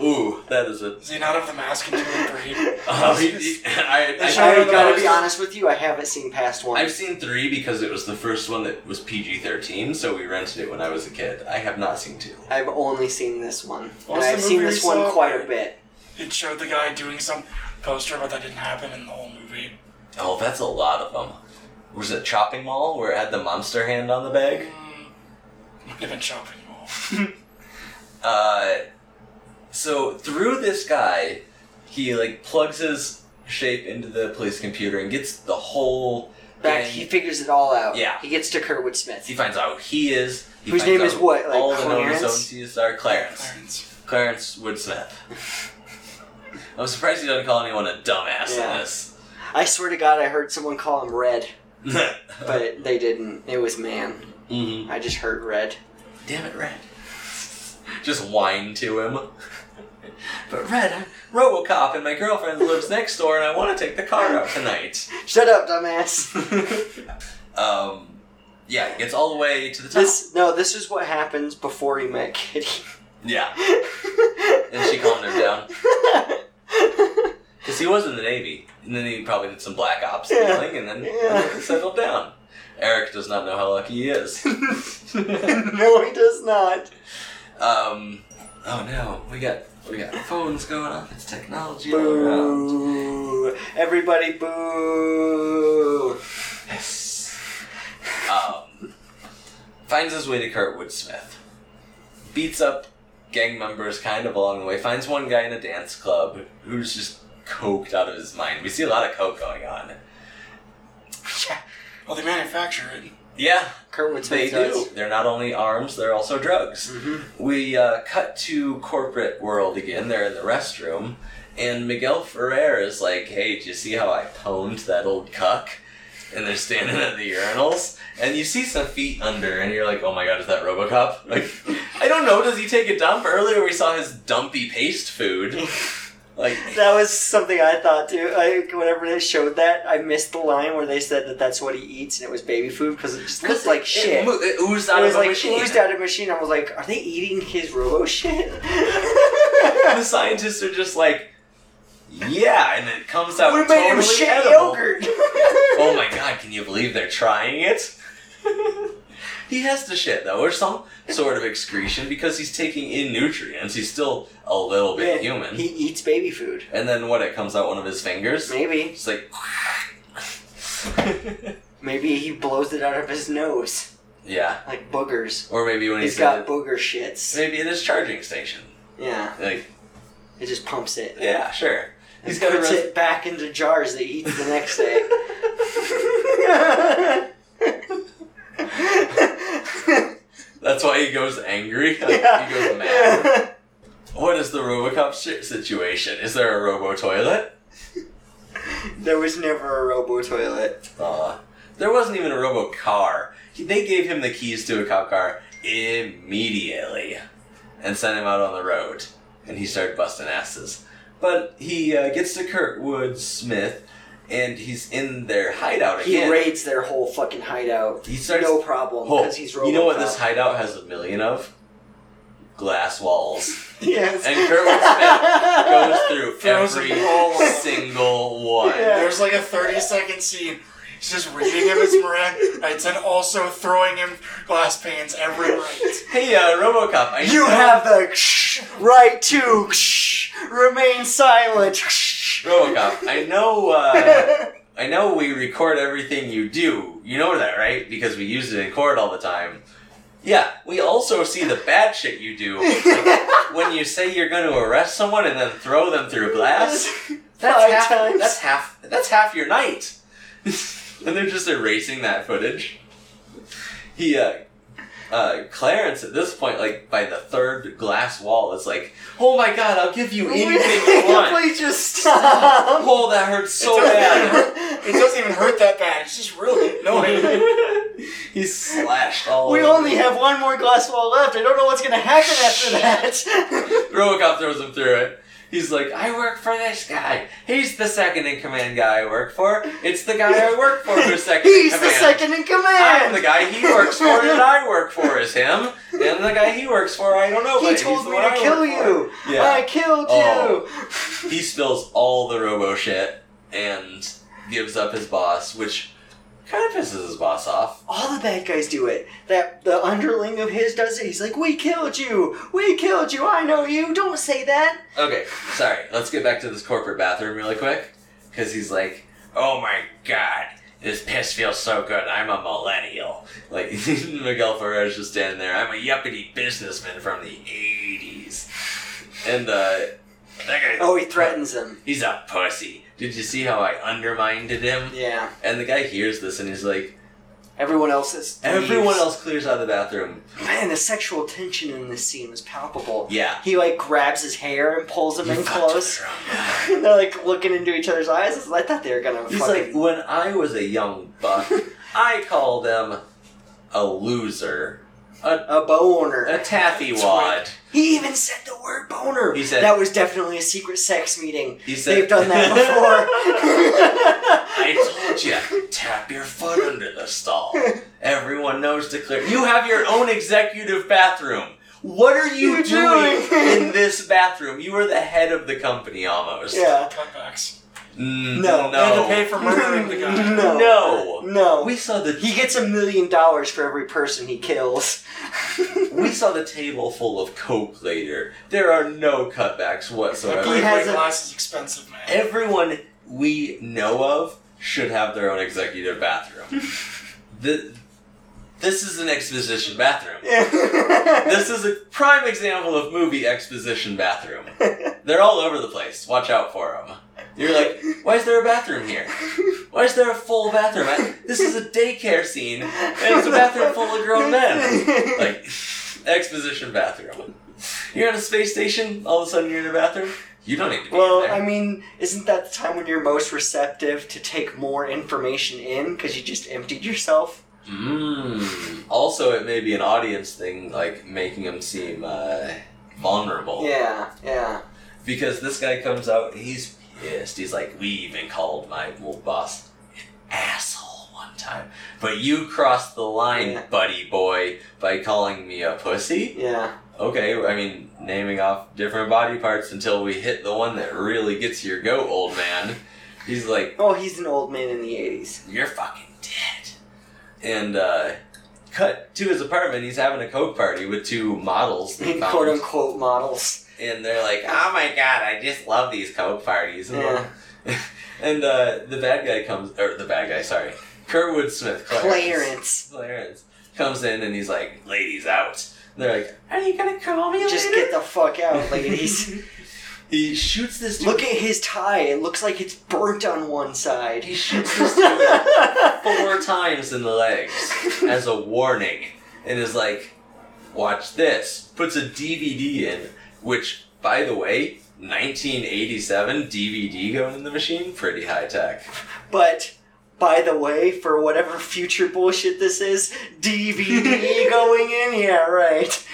A: Ooh, that is a.
B: Is he not of the mask and doing great?
A: Oh, he- he- I, I,
B: They showed
C: I
B: him the
C: gotta
B: most-
C: be honest with you, I haven't seen past one.
A: I've seen three because it was the first one that was PG thirteen, so we rented it when I was a kid. I have not seen two.
C: I've only seen this one,
B: What
C: and
B: was the
C: I've seen
B: movie
C: this
B: we
C: one
B: saw?
C: quite a bit.
B: It showed the guy doing some poster, but that didn't happen in the whole movie.
A: Oh, that's a lot of them. Was it Chopping Mall where it had the monster hand on the bag?
B: Mm, Might have been shopping mall.
A: Uh, so through this guy, he like plugs his shape into the police computer and gets the whole.
C: Back,
A: thing.
C: he figures it all out.
A: Yeah.
C: he gets to Kurtwood Smith.
A: He finds out who he is. He
C: Whose
A: finds
C: name is
A: out
C: what, like
A: all
C: Clarence?
A: the known zones are Clarence.
B: Clarence.
A: Clarence Woodsmith. I'm surprised he doesn't call anyone a dumbass
C: Yeah.
A: in this.
C: I swear to God, I heard someone call him Red, but they didn't. It was man.
A: Mhm.
C: I just heard Red.
A: Damn it, Red. Just whine to him. But Red, I'm Robocop, and my girlfriend lives next door, and I want to take the car out tonight.
C: Shut up, dumbass.
A: Um, yeah, he gets all the way to the top.
C: this no, this is what happens before you met Kitty.
A: Yeah, and she calmed him down because he was in the Navy, and then he probably did some black ops
C: Yeah.
A: thing, and then,
C: Yeah.
A: and then he settled down. Eric does not know how lucky he is.
C: no, he does not.
A: um, oh no, we got we got phones going off. It's technology all around.
C: Boo! Everybody, boo!
A: Yes. Um, finds his way to Kurtwood Smith. Beats up gang members kind of along the way. Finds one guy in a dance club who's just coked out of his mind. We see a lot of coke going on.
B: Well, Oh, they manufacture it.
A: Yeah,
C: Kurtwood
A: they
C: Smith
A: do. They're not only arms, they're also drugs. We uh, cut to corporate world again. They're in the restroom. And Miguel Ferrer is like, hey, did you see how I pwned that old cuck? And they're standing at the urinals. And you see some feet under, and you're like, oh my god, is that Robocop? Like, I don't know, does he take a dump? Earlier we saw his dumpy paste food. Like,
C: That was something I thought too. I, whenever they showed that, I missed the line where they said that that's what he eats and it was baby food because it just looked like shit.
A: It, mo- it oozed
C: It
A: out
C: was
A: of the
C: like
A: machine.
C: oozed out of machine. I was like, are they eating his robo shit?
A: the scientists are just like, yeah, and it comes out
C: we made
A: totally
C: him shit
A: edible.
C: yogurt.
A: Oh my god, can you believe they're trying it? he has to shit though, or some sort of excretion because he's taking in nutrients. He's still a little bit
C: Yeah,
A: human.
C: He eats baby food.
A: and then what? It comes out one of his fingers.
C: Maybe.
A: It's like.
C: Maybe he blows it out of his nose,
A: yeah.
C: like boogers.
A: Or maybe when
C: He's
A: he's
C: got booger shits.
A: maybe in his charging station.
C: Yeah,
A: Like,
C: it just pumps it.
A: yeah, sure. He's
C: He's
A: got a
C: puts
A: res-
C: it back into jars that he eats the next day.
A: That's why he goes angry. Like,
C: Yeah.
A: He goes mad. What is the RoboCop si- situation? Is there a Robo toilet?
C: There was never a robo toilet.
A: Uh, there wasn't even a Robo car. He- They gave him the keys to a cop car immediately and sent him out on the road. And he started busting asses. But he uh, gets to Kurtwood Smith and he's in their hideout
C: He
A: again.
C: raids their whole fucking hideout.
A: he starts.
C: no problem
A: Oh,
C: because he's robo.
A: you know what this hideout has a million of? Glass walls.
C: yes.
A: And Kurtwood Smith Goes through
B: Throws
A: every
B: them all up.
A: single one.
C: Yeah.
B: There's like a 30 second scene. He's just reading him his Miranda rights and also throwing him glass panes every right.
A: Hey, uh, Robocop, I
C: You
A: know-
C: have the ksh, right to ksh, remain silent. ksh.
A: Robocop, I know, uh, I know we record everything you do. You know that, right? Because we use it in court all the time. Yeah, we also see the bad shit you do. Like, when you say you're going to arrest someone and then throw them through glass. That's
C: Five
A: half,
C: times.
A: That's half. That's half your night. and they're just erasing that footage. He, uh, uh, Clarence, at this point, like by the third glass wall, is like, "Oh my god, I'll give you anything you want."
C: Please just stop.
A: Oh, that hurts so
B: It's okay.
A: bad.
B: It doesn't even hurt that bad. It's just really annoying.
A: He's slashed all.
C: We
A: over.
C: only have one more glass wall left. I don't know what's gonna happen after that.
A: Robocop throws him through it. He's like, I work for this guy. He's the second in command guy I work for. It's the guy I work for who's second
C: He's
A: in command.
C: the second in
A: I'm
C: command.
A: the guy he works for and I work for is him. And the guy he works for, I don't know.
C: he
A: but he's
C: told
A: the
C: me
A: one
C: to
A: I
C: kill
A: work
C: you.
A: for. Yeah.
C: I killed
A: Oh.
C: you.
A: he spills all the robo shit and gives up his boss, which kind of pisses his boss off.
C: All the bad guys do it. That the underling of his does it. He's like, "We killed you. We killed you. I know you. Don't say that."
A: Okay, sorry. Let's get back to this corporate bathroom really quick. Because he's like, oh my god, this piss feels so good. I'm a millennial. Like, Miguel Ferrer's just standing there. I'm a yuppity businessman from the 80s. And, uh, that guy,
C: Oh, he threatens him.
A: he's a pussy. Did you see how I undermined him?
C: Yeah.
A: And the guy hears this and he's like,
C: Everyone else is.
A: everyone
C: leaves.
A: else clears out of the bathroom.
C: Man, the sexual tension in this scene is palpable.
A: Yeah.
C: He like grabs his hair and pulls him
A: You
C: in
A: fucked
C: close.
A: her up.
C: and they're like looking into each other's eyes. I thought they were gonna.
A: He's like,
C: fucking...
A: when I was a young buck, I called them a loser, a,
C: a
A: a
C: boner.
A: taffy wad.
C: He even said the word boner.
A: He said-
C: that was definitely a secret sex meeting.
A: He said,
C: They've done that before.
A: I told you, tap your foot under the stall. Everyone knows to clear. You have your own executive bathroom. What are you
C: You're
A: doing,
C: doing-
A: in this bathroom? You are the head of the company almost.
C: yeah.
B: Cutbacks.
A: Mm,
C: No.
B: They had to pay
A: no.
B: for murdering the guy.
C: No.
A: No.
C: No.
A: We saw the
C: he gets a million dollars for every person he kills.
A: We saw the table full of coke later. There are no cutbacks
B: That
A: whatsoever.
C: He has
B: Playboy
C: a-
B: glass is expensive, man.
A: Everyone we know of should have their own executive bathroom. Th this is an exposition bathroom. This is a prime example of movie exposition bathroom. They're all over the place. Watch out for them. You're like, why is there a bathroom here? Why is there a full bathroom? I- this is a daycare scene, and it's a bathroom full of grown men like exposition bathroom. You're at a space station, all of a sudden you're in a bathroom. You don't need to be
C: Well,
A: in there.
C: I mean, isn't that the time when you're most receptive to take more information in because you just emptied yourself?
A: Mm. Also, it may be an audience thing, like making them seem uh, vulnerable.
C: Yeah, yeah.
A: Because this guy comes out, he's pissed. He's like, "We even called my old boss an asshole one time, but you crossed the line,
C: Yeah.
A: buddy boy, by calling me a pussy."
C: Yeah.
A: Okay, I mean, naming off different body parts until we hit the one that really gets your goat, old man. He's like,
C: Oh, he's an old man in the 80s.
A: You're fucking dead. And, uh, cut to his apartment. He's having a Coke party with two models. They found.
C: Quote unquote models.
A: And they're like, Oh my god, I just love these Coke parties. And
C: Yeah.
A: And uh, the bad guy comes, or the bad guy, sorry, Kerwood Smith, Clarence.
C: Clarence.
A: Clarence comes in and he's like, "Ladies out." And they're like, "Are you gonna call me
C: Just
A: later?"
C: get the fuck out, ladies.
A: he shoots this. Dude.
C: Look at his tie. It looks like it's burnt on one side.
A: he shoots this dude four times in the legs as a warning, and is like, "Watch this." Puts a DVD in, which, by the way. 1987 DVD going in the machine, pretty high tech.
C: But by the way, for whatever future bullshit this is, DVD going in. Yeah, right.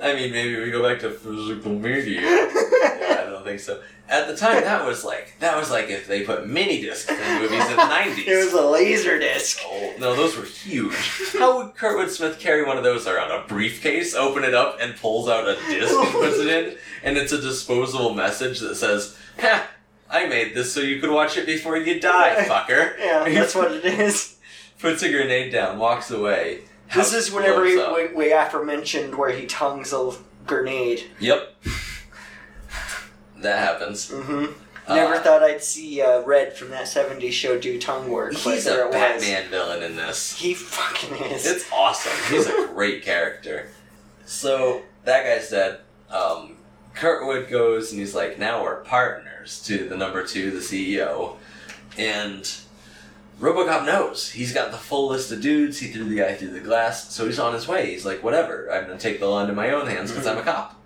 A: I mean, maybe we go back to physical media. Yeah, I don't think so. At the time, that was like that was like if they put mini discs in movies in the nineties.
C: it was a laser disc.
A: Oh, no, those were huge. How would Kurtwood Smith carry one of those around? A briefcase, open it up, and pulls out a disc and puts it in, and it's a disposable message that says, "Ha, I made this so you could watch it before you die, fucker."
C: Yeah, that's what it is.
A: Puts a grenade down, walks away.
C: This
A: house
C: is whenever
A: blows
C: he,
A: up.
C: we, we aforementioned where he tongues a grenade.
A: Yep. That happens.
C: hmm
A: Uh,
C: Never thought I'd see uh, Red from that '70s show do tongue work. but
A: He's
C: there
A: a
C: it Was.
A: Batman villain in this.
C: He fucking is.
A: It's awesome. He's a great character. So that guy's dead. Um, Kurtwood goes and he's like, now we're partners to the number two, the CEO. And Robocop knows. He's got the full list of dudes. He threw the guy through the glass, so he's on his way. He's like, whatever. I'm going to take the law into my own hands because I'm a cop.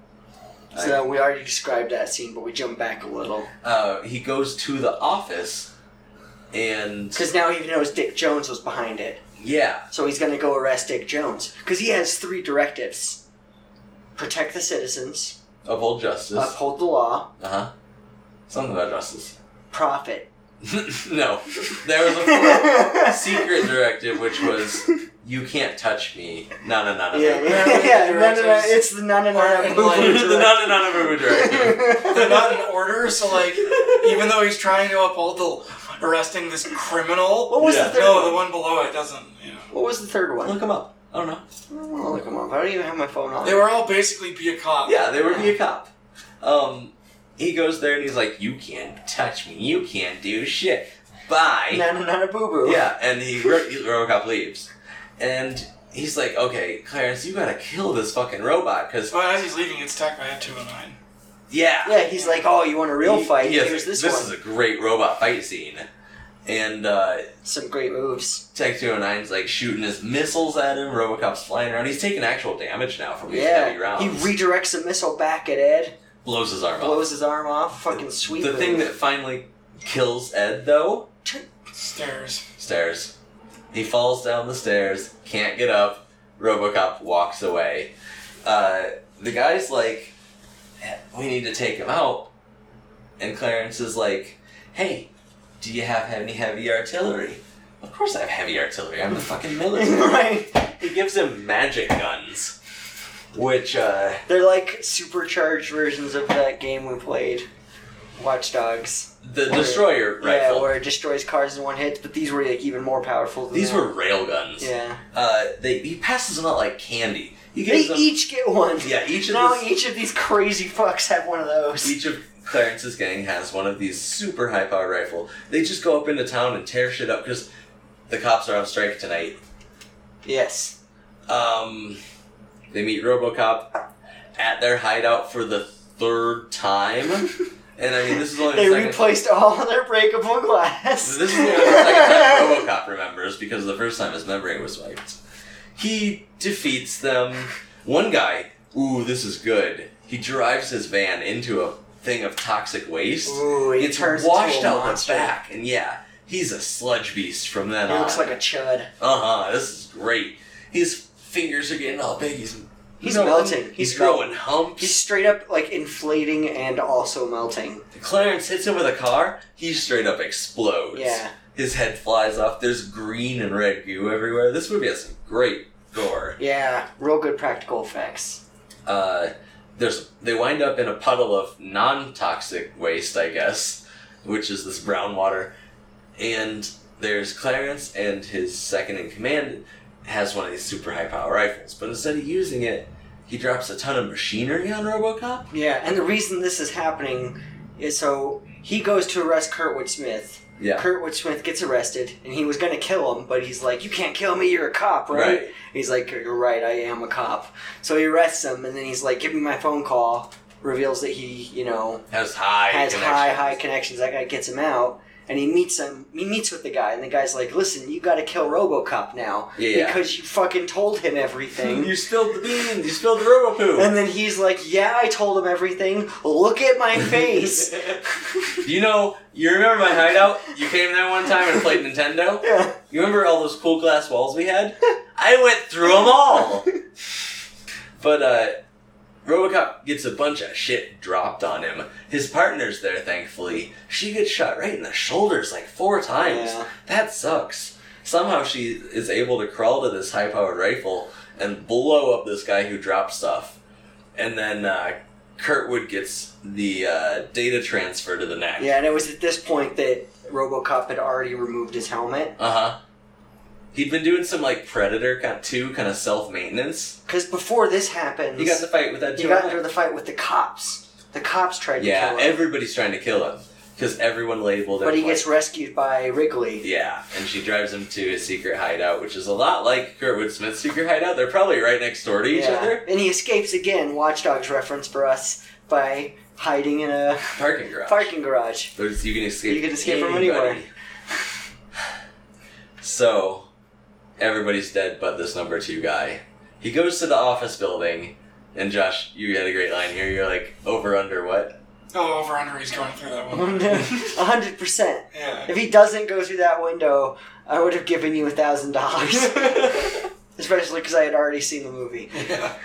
C: so we already described that scene, but we jump back a little
A: Uh, he goes to the office and,
C: because now he knows Dick Jones was behind it,
A: yeah,
C: so he's gonna go arrest Dick Jones because he has three directives: protect the citizens,
A: uphold justice.
C: uphold the law,
A: Uh huh. Something about justice.
C: profit.
A: no. There was a full- secret directive, which was you can't touch me. No, no, no, no.
C: Yeah,
A: no.
C: yeah, yeah, no, no, no, it's the no, no, no,
B: Or in
C: boo, boo
B: line
A: The
B: with
C: directive.
A: no, no, no, no, no, directive.
B: They're not in order, so like, even though he's trying to uphold the arresting this criminal,
C: What was
A: Yeah.
C: the third
B: no,
C: one?
B: the one below it doesn't. You know.
C: What was the third one?
A: Look him up. I don't know.
C: I'll look them up. I don't even have my phone on.
B: They were all basically be a cop.
A: Yeah, they were be a cop. Um, he goes there and he's like, "You can't touch me. You can't do shit. Bye."
C: na na na boo boo.
A: Yeah, and he ro- he- RoboCop leaves, and he's like, "Okay, Clarence, you gotta kill this fucking robot because
B: But as he's leaving, it's attacked by a 209.
A: yeah,
C: Yeah, he's like, oh, you want a real
A: He-
C: fight?
A: he has-
C: Here's this,
A: is
C: one.
A: a great robot fight scene, and uh,
C: Some great moves.
A: Tech 209's like shooting his missiles at him. Robocop's flying around. He's taking actual damage now from these heavy
C: Yeah.
A: rounds.
C: He redirects a missile back at Ed,
A: blows his arm off.
C: blows his arm off. Fucking sweet.
A: The
C: move.
A: thing that finally kills Ed though,
B: Stairs.
A: stairs. He falls down the stairs, can't get up. Robocop walks away. Uh, the guy's like, "We need to take him out," and Clarence is like, "Hey, do you have any heavy artillery?" Of course I have heavy artillery. I'm the fucking military.
C: right.
A: He gives him magic guns, which uh,
C: They're like supercharged versions of that game we played, Watch Dogs.
A: the destroyer
C: Yeah,
A: rifle.
C: where it destroys cars in one hit, but these were like even more powerful. Than
A: These
C: that.
A: were rail guns.
C: Yeah.
A: Uh, they he passes them out like candy. He
C: They
A: gives them,
C: each get one.
A: yeah each of
C: now
A: this-
C: each of these crazy fucks have one of those.
A: each of Clarence's gang has one of these super high power rifle. They just go up into town and tear shit up because the cops are on strike tonight.
C: Yes.
A: Um, they meet RoboCop at their hideout for the third time, and I mean this is only
C: They
A: the second.
C: replaced all their breakable glass.
A: This is the second time RoboCop remembers because the first time his memory was wiped. He defeats them. One guy, ooh, this is good. He drives his van into a thing of toxic waste.
C: Ooh, he
A: it's
C: turns
A: washed
C: into a
A: out
C: monster.
A: the back, and yeah, he's a sludge beast from then
C: He
A: on.
C: looks like a chud.
A: uh huh. This is great. His fingers are getting all big. He's
C: He's
A: melting.
C: melting.
A: He's,
C: He's
A: growing humps.
C: He's straight up like inflating and also melting.
A: Clarence hits him with a car. He straight up explodes.
C: Yeah.
A: His head flies off. There's green and red goo everywhere. This movie has some great gore.
C: Yeah, real good practical effects.
A: Uh, there's they wind up in a puddle of non-toxic waste, I guess, which is this brown water, and there's Clarence and his second in command has one of these super high power rifles, but instead of using it, he drops a ton of machinery on RoboCop.
C: Yeah, and the reason this is happening Yeah, so he goes to arrest Kurtwood Smith.
A: Yeah.
C: Kurtwood Smith gets arrested, and he was gonna kill him, but he's like, "You can't kill me. You're a cop, right?"
A: Right.
C: He's like, "You're right. I am a cop." So he arrests him, and then he's like, "Give me my phone call." Reveals that he, you know,
A: Has high
C: has
A: connections.
C: high, high connections. That guy gets him out, and he meets him. He meets with the guy, and the guy's like, "Listen, you got to kill RoboCop now
A: Yeah, yeah.
C: because you fucking told him everything."
A: You spilled the beans. You spilled the robo poo.
C: and then he's like, "Yeah, I told him everything. Look at my face."
A: you know, you remember my hideout? You came there one time and played Nintendo.
C: yeah.
A: You remember all those cool glass walls we had? I went through them all. But uh, RoboCop gets a bunch of shit dropped on him. His partner's there, thankfully. She gets shot right in the shoulders like four times.
C: Yeah.
A: That sucks. Somehow she is able to crawl to this high-powered rifle and blow up this guy who dropped stuff. And then uh, Kurtwood gets the uh, data transfer to the neck.
C: Yeah, and it was at this point that RoboCop had already removed his helmet
A: Uh huh. He'd been doing some like Predator kind of two kind of self maintenance.
C: because before this happens,
A: He got the fight with that.
C: he
A: two
C: got
A: guy.
C: into the fight with the cops. The cops tried to
A: yeah,
C: kill him,
A: everybody's trying to kill him because everyone labeled him.
C: but he
A: like-
C: gets rescued by Wrigley.
A: Yeah, and she drives him to his secret hideout, which is a lot like Kurtwood Smith's secret hideout. They're probably right next door to each
C: Yeah.
A: other.
C: and he escapes again. Watchdogs reference for us by hiding in a
A: Parking garage.
C: parking garage.
A: There's, you can escape.
C: You can escape from
A: anybody.
C: anywhere.
A: So, everybody's dead but this number two guy. He goes to the office building, and Josh, you had a great line here. You're like, over under what?
B: Oh, over under, he's going through that one.
C: A hundred percent.
B: Yeah.
C: If he doesn't go through that window, I would have given you a thousand dollars, especially because I had already seen the movie.
B: yeah.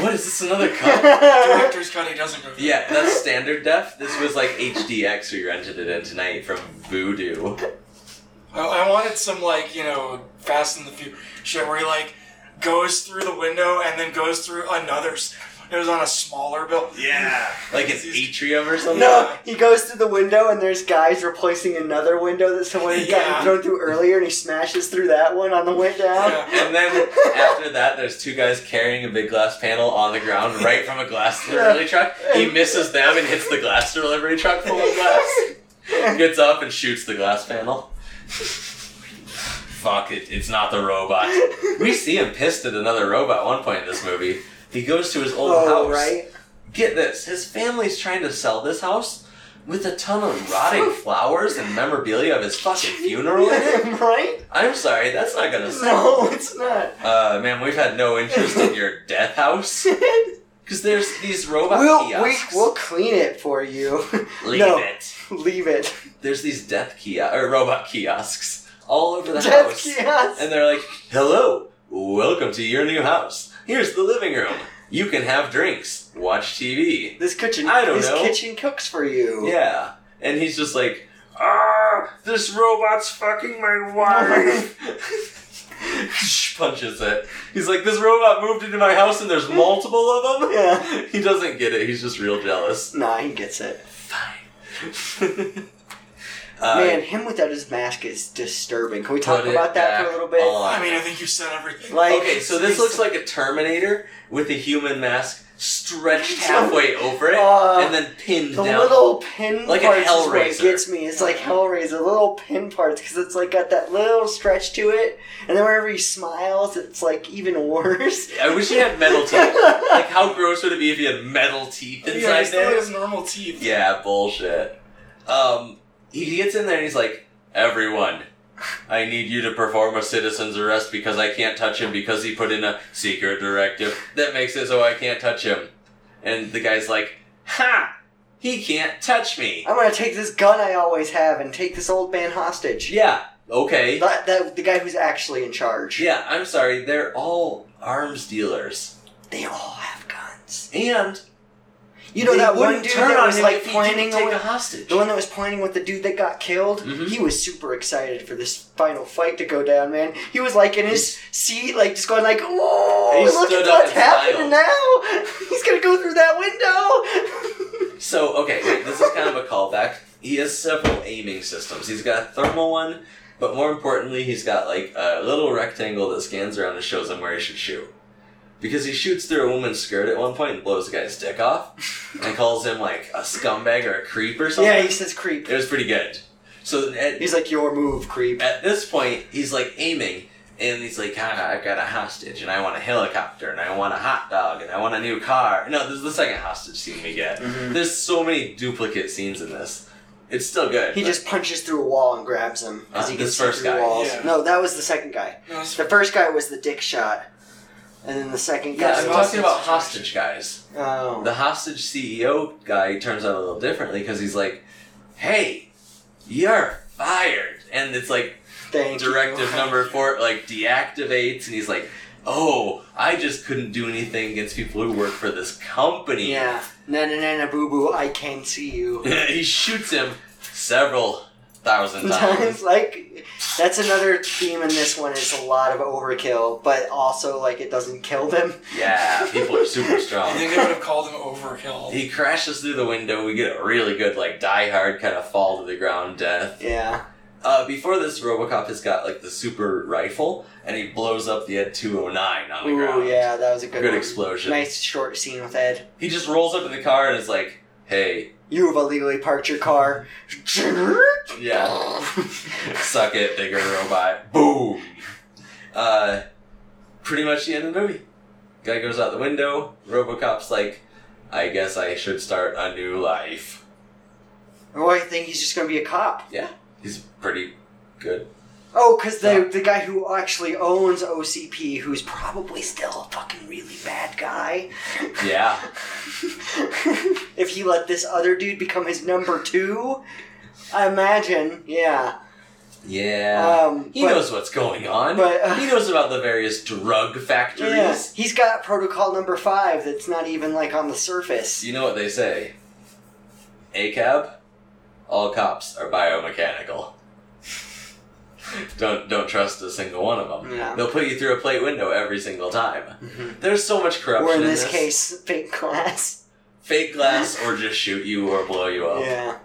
A: What is this, another cup?
B: Director's cut, he doesn't go through.
A: Yeah, that's standard def. This was like HDX we rented it in tonight from Voodoo.
B: I, I wanted some, like, you know, Fast and the Furious shit where he, like, goes through the window and then goes through another. s- It was on a smaller bill.
A: Yeah. Like an atrium or something?
C: No, he goes through the window and there's guys replacing another window that someone had gotten
B: Yeah.
C: thrown through earlier, and he smashes through that one on the way down.
B: Yeah.
A: And then after that, there's two guys carrying a big glass panel on the ground right from a glass delivery truck. He misses them and hits the glass delivery truck full of glass. Gets up and shoots the glass panel. Fuck it, it's not the robot. We see him pissed at another robot at one point in this movie. He goes to his old
C: oh,
A: house.
C: right.
A: Get this, his family's trying to sell this house with a ton of rotting flowers and memorabilia of his fucking funeral in it.
C: right?
A: I'm sorry, that's not gonna sell.
C: No, it's not.
A: Uh, man, we've had no interest in your death house. Because there's these robot
C: we'll, we,
A: kiosks.
C: we'll clean it for you.
A: Leave
C: no,
A: it.
C: leave it.
A: There's these death kiosks, or robot kiosks, all over the
C: Death
A: house.
C: kiosk.
A: And they're like, hello, welcome to your new house. Here's the living room. You can have drinks, watch TV.
C: This kitchen,
A: I don't
C: this
A: know.
C: kitchen cooks for you.
A: Yeah. And he's just like, ah, this robot's fucking my wife. Punches it. He's like, this robot moved into my house and there's multiple of them.
C: Yeah.
A: He doesn't get it. He's just real jealous. Uh,
C: Nah, he gets it.
A: Fine.
C: Man, him without his mask is disturbing. Can we talk
A: Uh, put it
C: about that for a
A: back
C: little bit?
A: on.
B: I mean, I think you said everything.
C: Like,
A: okay, so this looks like a Terminator with a human mask stretched halfway over it
C: Uh,
A: and then pinned
C: The
A: down.
C: little pin
A: Like a
C: parts is what
A: Hellraiser. Uh-huh.
C: gets me. It's like Hellraiser, the little pin parts, because it's like got that little stretch to it, and then whenever he smiles, it's like even worse.
A: I wish he had metal teeth. like, how gross would it be if he had metal teeth inside
B: yeah, he still
A: there?
B: has normal teeth.
A: Yeah, bullshit. Um, he gets in there and he's like, "Everyone, I need you to perform a citizen's arrest because I can't touch him because he put in a secret directive that makes it so I can't touch him." And the guy's like, "Ha! He can't touch me."
C: I'm gonna take this gun I always have and take this old man hostage.
A: Yeah. Okay.
C: That, that the guy who's actually in charge.
A: Yeah, I'm sorry. They're all arms dealers,
C: They all have guns.
A: and
C: You know
A: they
C: that one
A: wouldn't
C: dude
A: turn
C: that
A: on
C: was
A: him
C: like
A: if he
C: planning
A: didn't take
C: away-
A: a hostage.
C: The one that was pointing with the dude that got killed,
A: Mhm.
C: he was super excited for this final fight to go down, man. He was like in his seat, like just going like,
A: He
C: "Oh, look
A: stood
C: at
A: up and
C: what's
A: smiled.
C: happening now! He's gonna go through that window."
A: So okay, wait, this is kind of a callback. He has several aiming systems. He's got a thermal one, but more importantly, he's got like a little rectangle that scans around and shows him where he should shoot. because he shoots through a woman's skirt at one point and blows the guy's dick off, and calls him like a scumbag or a creep or something.
C: Yeah, he says creep.
A: it was pretty good. So at,
C: He's like, your move, creep.
A: at this point, he's like aiming, and he's like, "Ah, I've got a hostage, and I want a helicopter, and I want a hot dog, and I want a new car." No, this is the second hostage scene we get.
C: Mm-hmm.
A: There's so many duplicate scenes in this. It's still good.
C: He
A: but-
C: just punches through a wall and grabs him. Because
A: Uh,
C: he
A: this
C: gets through
A: first guy.
C: Walls.
B: Yeah.
C: No, that was the second guy.
B: No, it's-
C: The first guy was the dick shot. And then the second guy
A: yeah, I'm
C: was
A: talking about hostage guys.
C: Oh.
A: The hostage CEO guy turns out a little differently because he's like, "Hey, you're fired," and it's like
C: Thank you.
A: directive number four like deactivates, and he's like, "Oh, I just couldn't do anything against people who work for this company."
C: Yeah. Na na na na boo boo, I can see you.
A: he shoots him several thousand times.
C: Sometimes, like, that's another theme in this one is a lot of overkill, but also, like, it doesn't kill them.
A: yeah, people are super
B: I
A: strong.
B: think I would have called him overkill.
A: He crashes through the window. We get a really good like die hard kind of fall to the ground death.
C: Yeah.
A: Uh, before this, Robocop has got like the super rifle, and he blows up the Ed 209 on the
C: Ooh,
A: ground.
C: yeah, that was a good
A: Good
C: one.
A: explosion.
C: Nice short scene with Ed.
A: He just rolls up in the car and is like, "Hey,
C: You have illegally parked your car.
A: yeah, suck it, bigger robot." Boom. Uh, pretty much the end of the movie. Guy goes out the window. Robocop's like, "I guess I should start a new life."
C: Oh, I think he's just gonna be a cop.
A: He's pretty good.
C: Oh, because the,
A: Yeah.
C: the guy who actually owns OCP, who's probably still a fucking really bad guy,
A: Yeah,
C: if he let this other dude become his number two, I imagine, yeah.
A: yeah.
C: Um,
A: he
C: but-
A: knows what's going on.
C: but, uh,
A: he knows about the various drug factories.
C: Yeah, he's got protocol number five that's not even like on the surface.
A: You know what they say? ACAB, all cops are biomechanical. don't don't trust a single one of them.
C: Yeah. Mm-hmm.
A: They'll put you through a plate window every single time. There's so much corruption.
C: Or in
A: in
C: this case, fake glass.
A: fake glass, or just shoot you, or blow you up,
C: Yeah.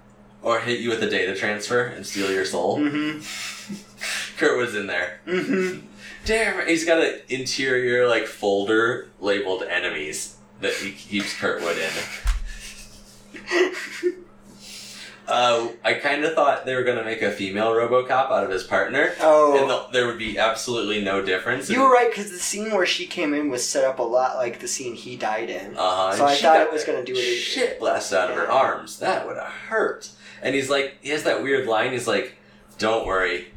A: or hit you with a data transfer and steal your soul.
C: Mm-hmm.
A: Kurt was in there.
C: Mm-hmm.
A: Damn, he's got an interior like folder labeled enemies that he keeps Kurtwood in. uh, I kind of thought they were gonna make a female RoboCop out of his partner, and
C: Oh.
A: the, there would be absolutely no difference.
C: You were right, because the scene where she came in was set up a lot like the scene he died in.
A: Uh-huh,
C: So
A: and
C: I
A: she
C: thought
A: got
C: it was gonna do it.
A: Shit blasted out of her
C: Yeah.
A: arms. That would have hurt. And he's like, he has that weird line. He's like, "Don't worry,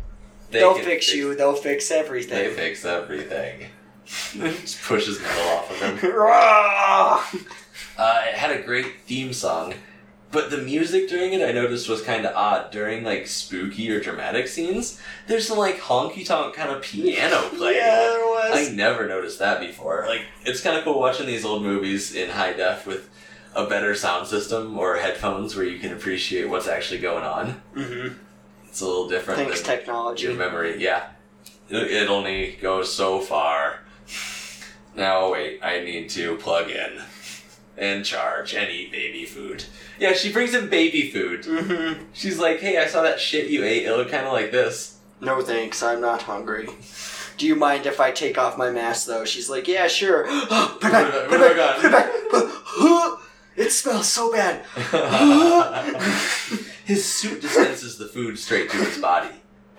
A: they
C: They'll
A: can
C: fix you. They'll fix everything.
A: They fix everything." Just pushes metal off of him.
C: Rawr.
A: Uh, it had a great theme song, but the music during it I noticed was kind of odd. During like spooky or dramatic scenes, there's some like honky tonk kind of piano playing.
C: yeah, there was.
A: I never noticed that before. Like it's kind of cool watching these old movies in high def with a better sound system or headphones where you can appreciate what's actually going on.
C: mm-hmm.
A: It's a little different
C: Thanks,
A: than
C: technology.
A: your memory. Yeah, it, it only goes so far. Now wait, I need to plug in and charge and eat baby food. Yeah, she brings him baby food.
C: Mm-hmm.
A: She's like, "Hey, I saw that shit you ate. It looked kind of like this."
C: No thanks. I'm not hungry. Do you mind if I take off my mask, though? She's like, yeah, sure. put it back.
A: What
C: Put
A: do I
C: it back. Put it back. It smells so bad.
A: His suit dispenses the food straight to his body.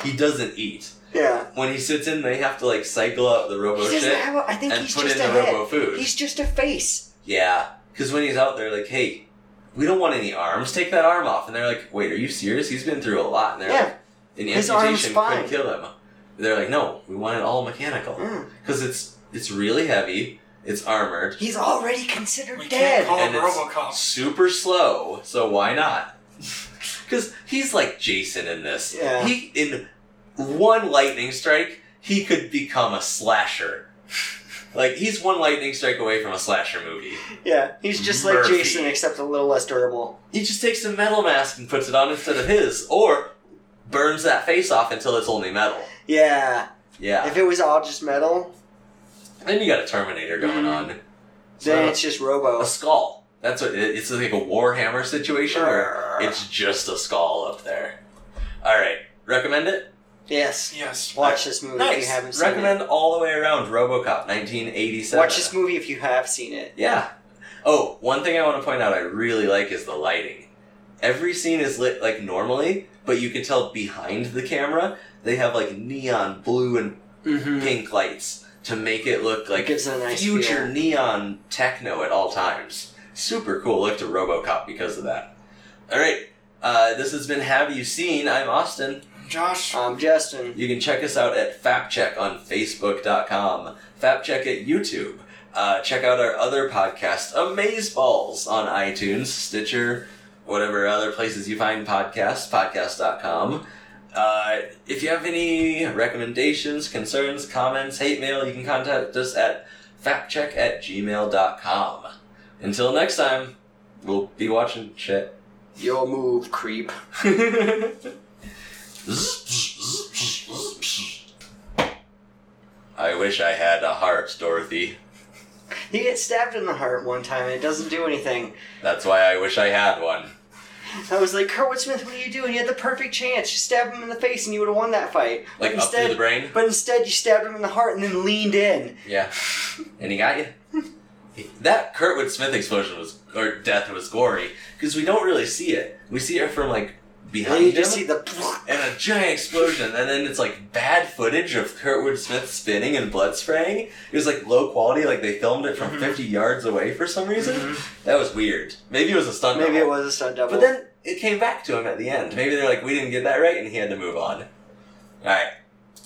A: He doesn't eat.
C: Yeah.
A: When he sits in, they have to like cycle out the robo
C: He doesn't
A: Oh, shit
C: have a, I think
A: and
C: he's
A: put in
C: just
A: the
C: a head.
A: robo food.
C: He's just a face.
A: Yeah, because when he's out there, like, hey, we don't want any arms. Take that arm off. And they're like, wait, are you serious? He's been through a lot. And they're
C: Yeah.
A: like, an
C: His arm's
A: amputation
C: fine.
A: could kill him. They're like, no, we want it all mechanical
C: Mm.
A: because it's it's really heavy. It's armored,
C: He's already considered
B: We can't
C: dead.
B: call him
A: And it's-
B: Robocop.
A: super slow. So why not? Because he's like Jason in this.
C: Yeah.
A: He in one lightning strike, he could become a slasher. like he's one lightning strike away from a slasher movie.
C: yeah. He's just like
A: Murphy.
C: Jason, except a little less durable.
A: He just takes a metal mask and puts it on instead of his, or burns that face off until it's only metal.
C: Yeah.
A: Yeah.
C: If it was all just metal,
A: Then you got a Terminator going
C: Mhm.
A: on.
C: then
A: So,
C: it's just Robo.
A: a skull. That's what it- it's like a Warhammer situation where it's just a skull up there. All right, recommend it.
C: Yes.
B: Yes.
C: Watch this movie if
A: Nice.
C: you haven't seen
A: Recommend all the way around RoboCop 1987.
C: it. Watch this movie if you have seen it.
A: Yeah. Oh, one thing I want to point out I really like is the lighting. Every scene is lit like normally, but you can tell behind the camera they have like neon blue and
C: Mm-hmm.
A: pink lights to make it look
C: It
A: like
C: gives it a nice
A: future
C: feel.
A: neon techno at all times. Super cool look to RoboCop because of that. All right, uh, this has been Have You Seen? I'm Austin.
B: Josh.
C: Um, Justin.
A: You can check us out at FapCheck on Facebook.com, FapCheck at YouTube. Uh, check out our other podcast, Amazeballs, on iTunes, Stitcher, whatever other places you find podcasts, podcast.com. Uh, if you have any recommendations, concerns, comments, hate mail, you can contact us at factcheck at gmail.com. Until next time, we'll be watching shit.
C: Your move, creep.
A: I wish I had a heart, Dorothy.
C: He gets stabbed in the heart one time and it doesn't do anything.
A: That's why I wish I had one.
C: I was like, Kurtwood Smith, what are you doing? You had the perfect chance. You stabbed him in the face and you would have won that fight.
A: Like up through the brain?
C: But instead, you stabbed him in the heart and then leaned in.
A: Yeah. And he got you. That Kurtwood Smith explosion was, or death was gory, because we don't really see it. We see it from like
C: And
A: behind
C: then you
A: him,
C: just see the.
A: and a giant explosion, and then it's like bad footage of Kurtwood Smith spinning and blood spraying. It was like low quality, like they filmed it from
C: Mm-hmm.
B: Mhm.
A: 50 yards away for some reason. That was weird. Maybe it was a stunt
C: Maybe
A: double.
C: it was a stunt double.
A: But then it came back to him at the end. Maybe they're like, we didn't get that right, and he had to move on. All right.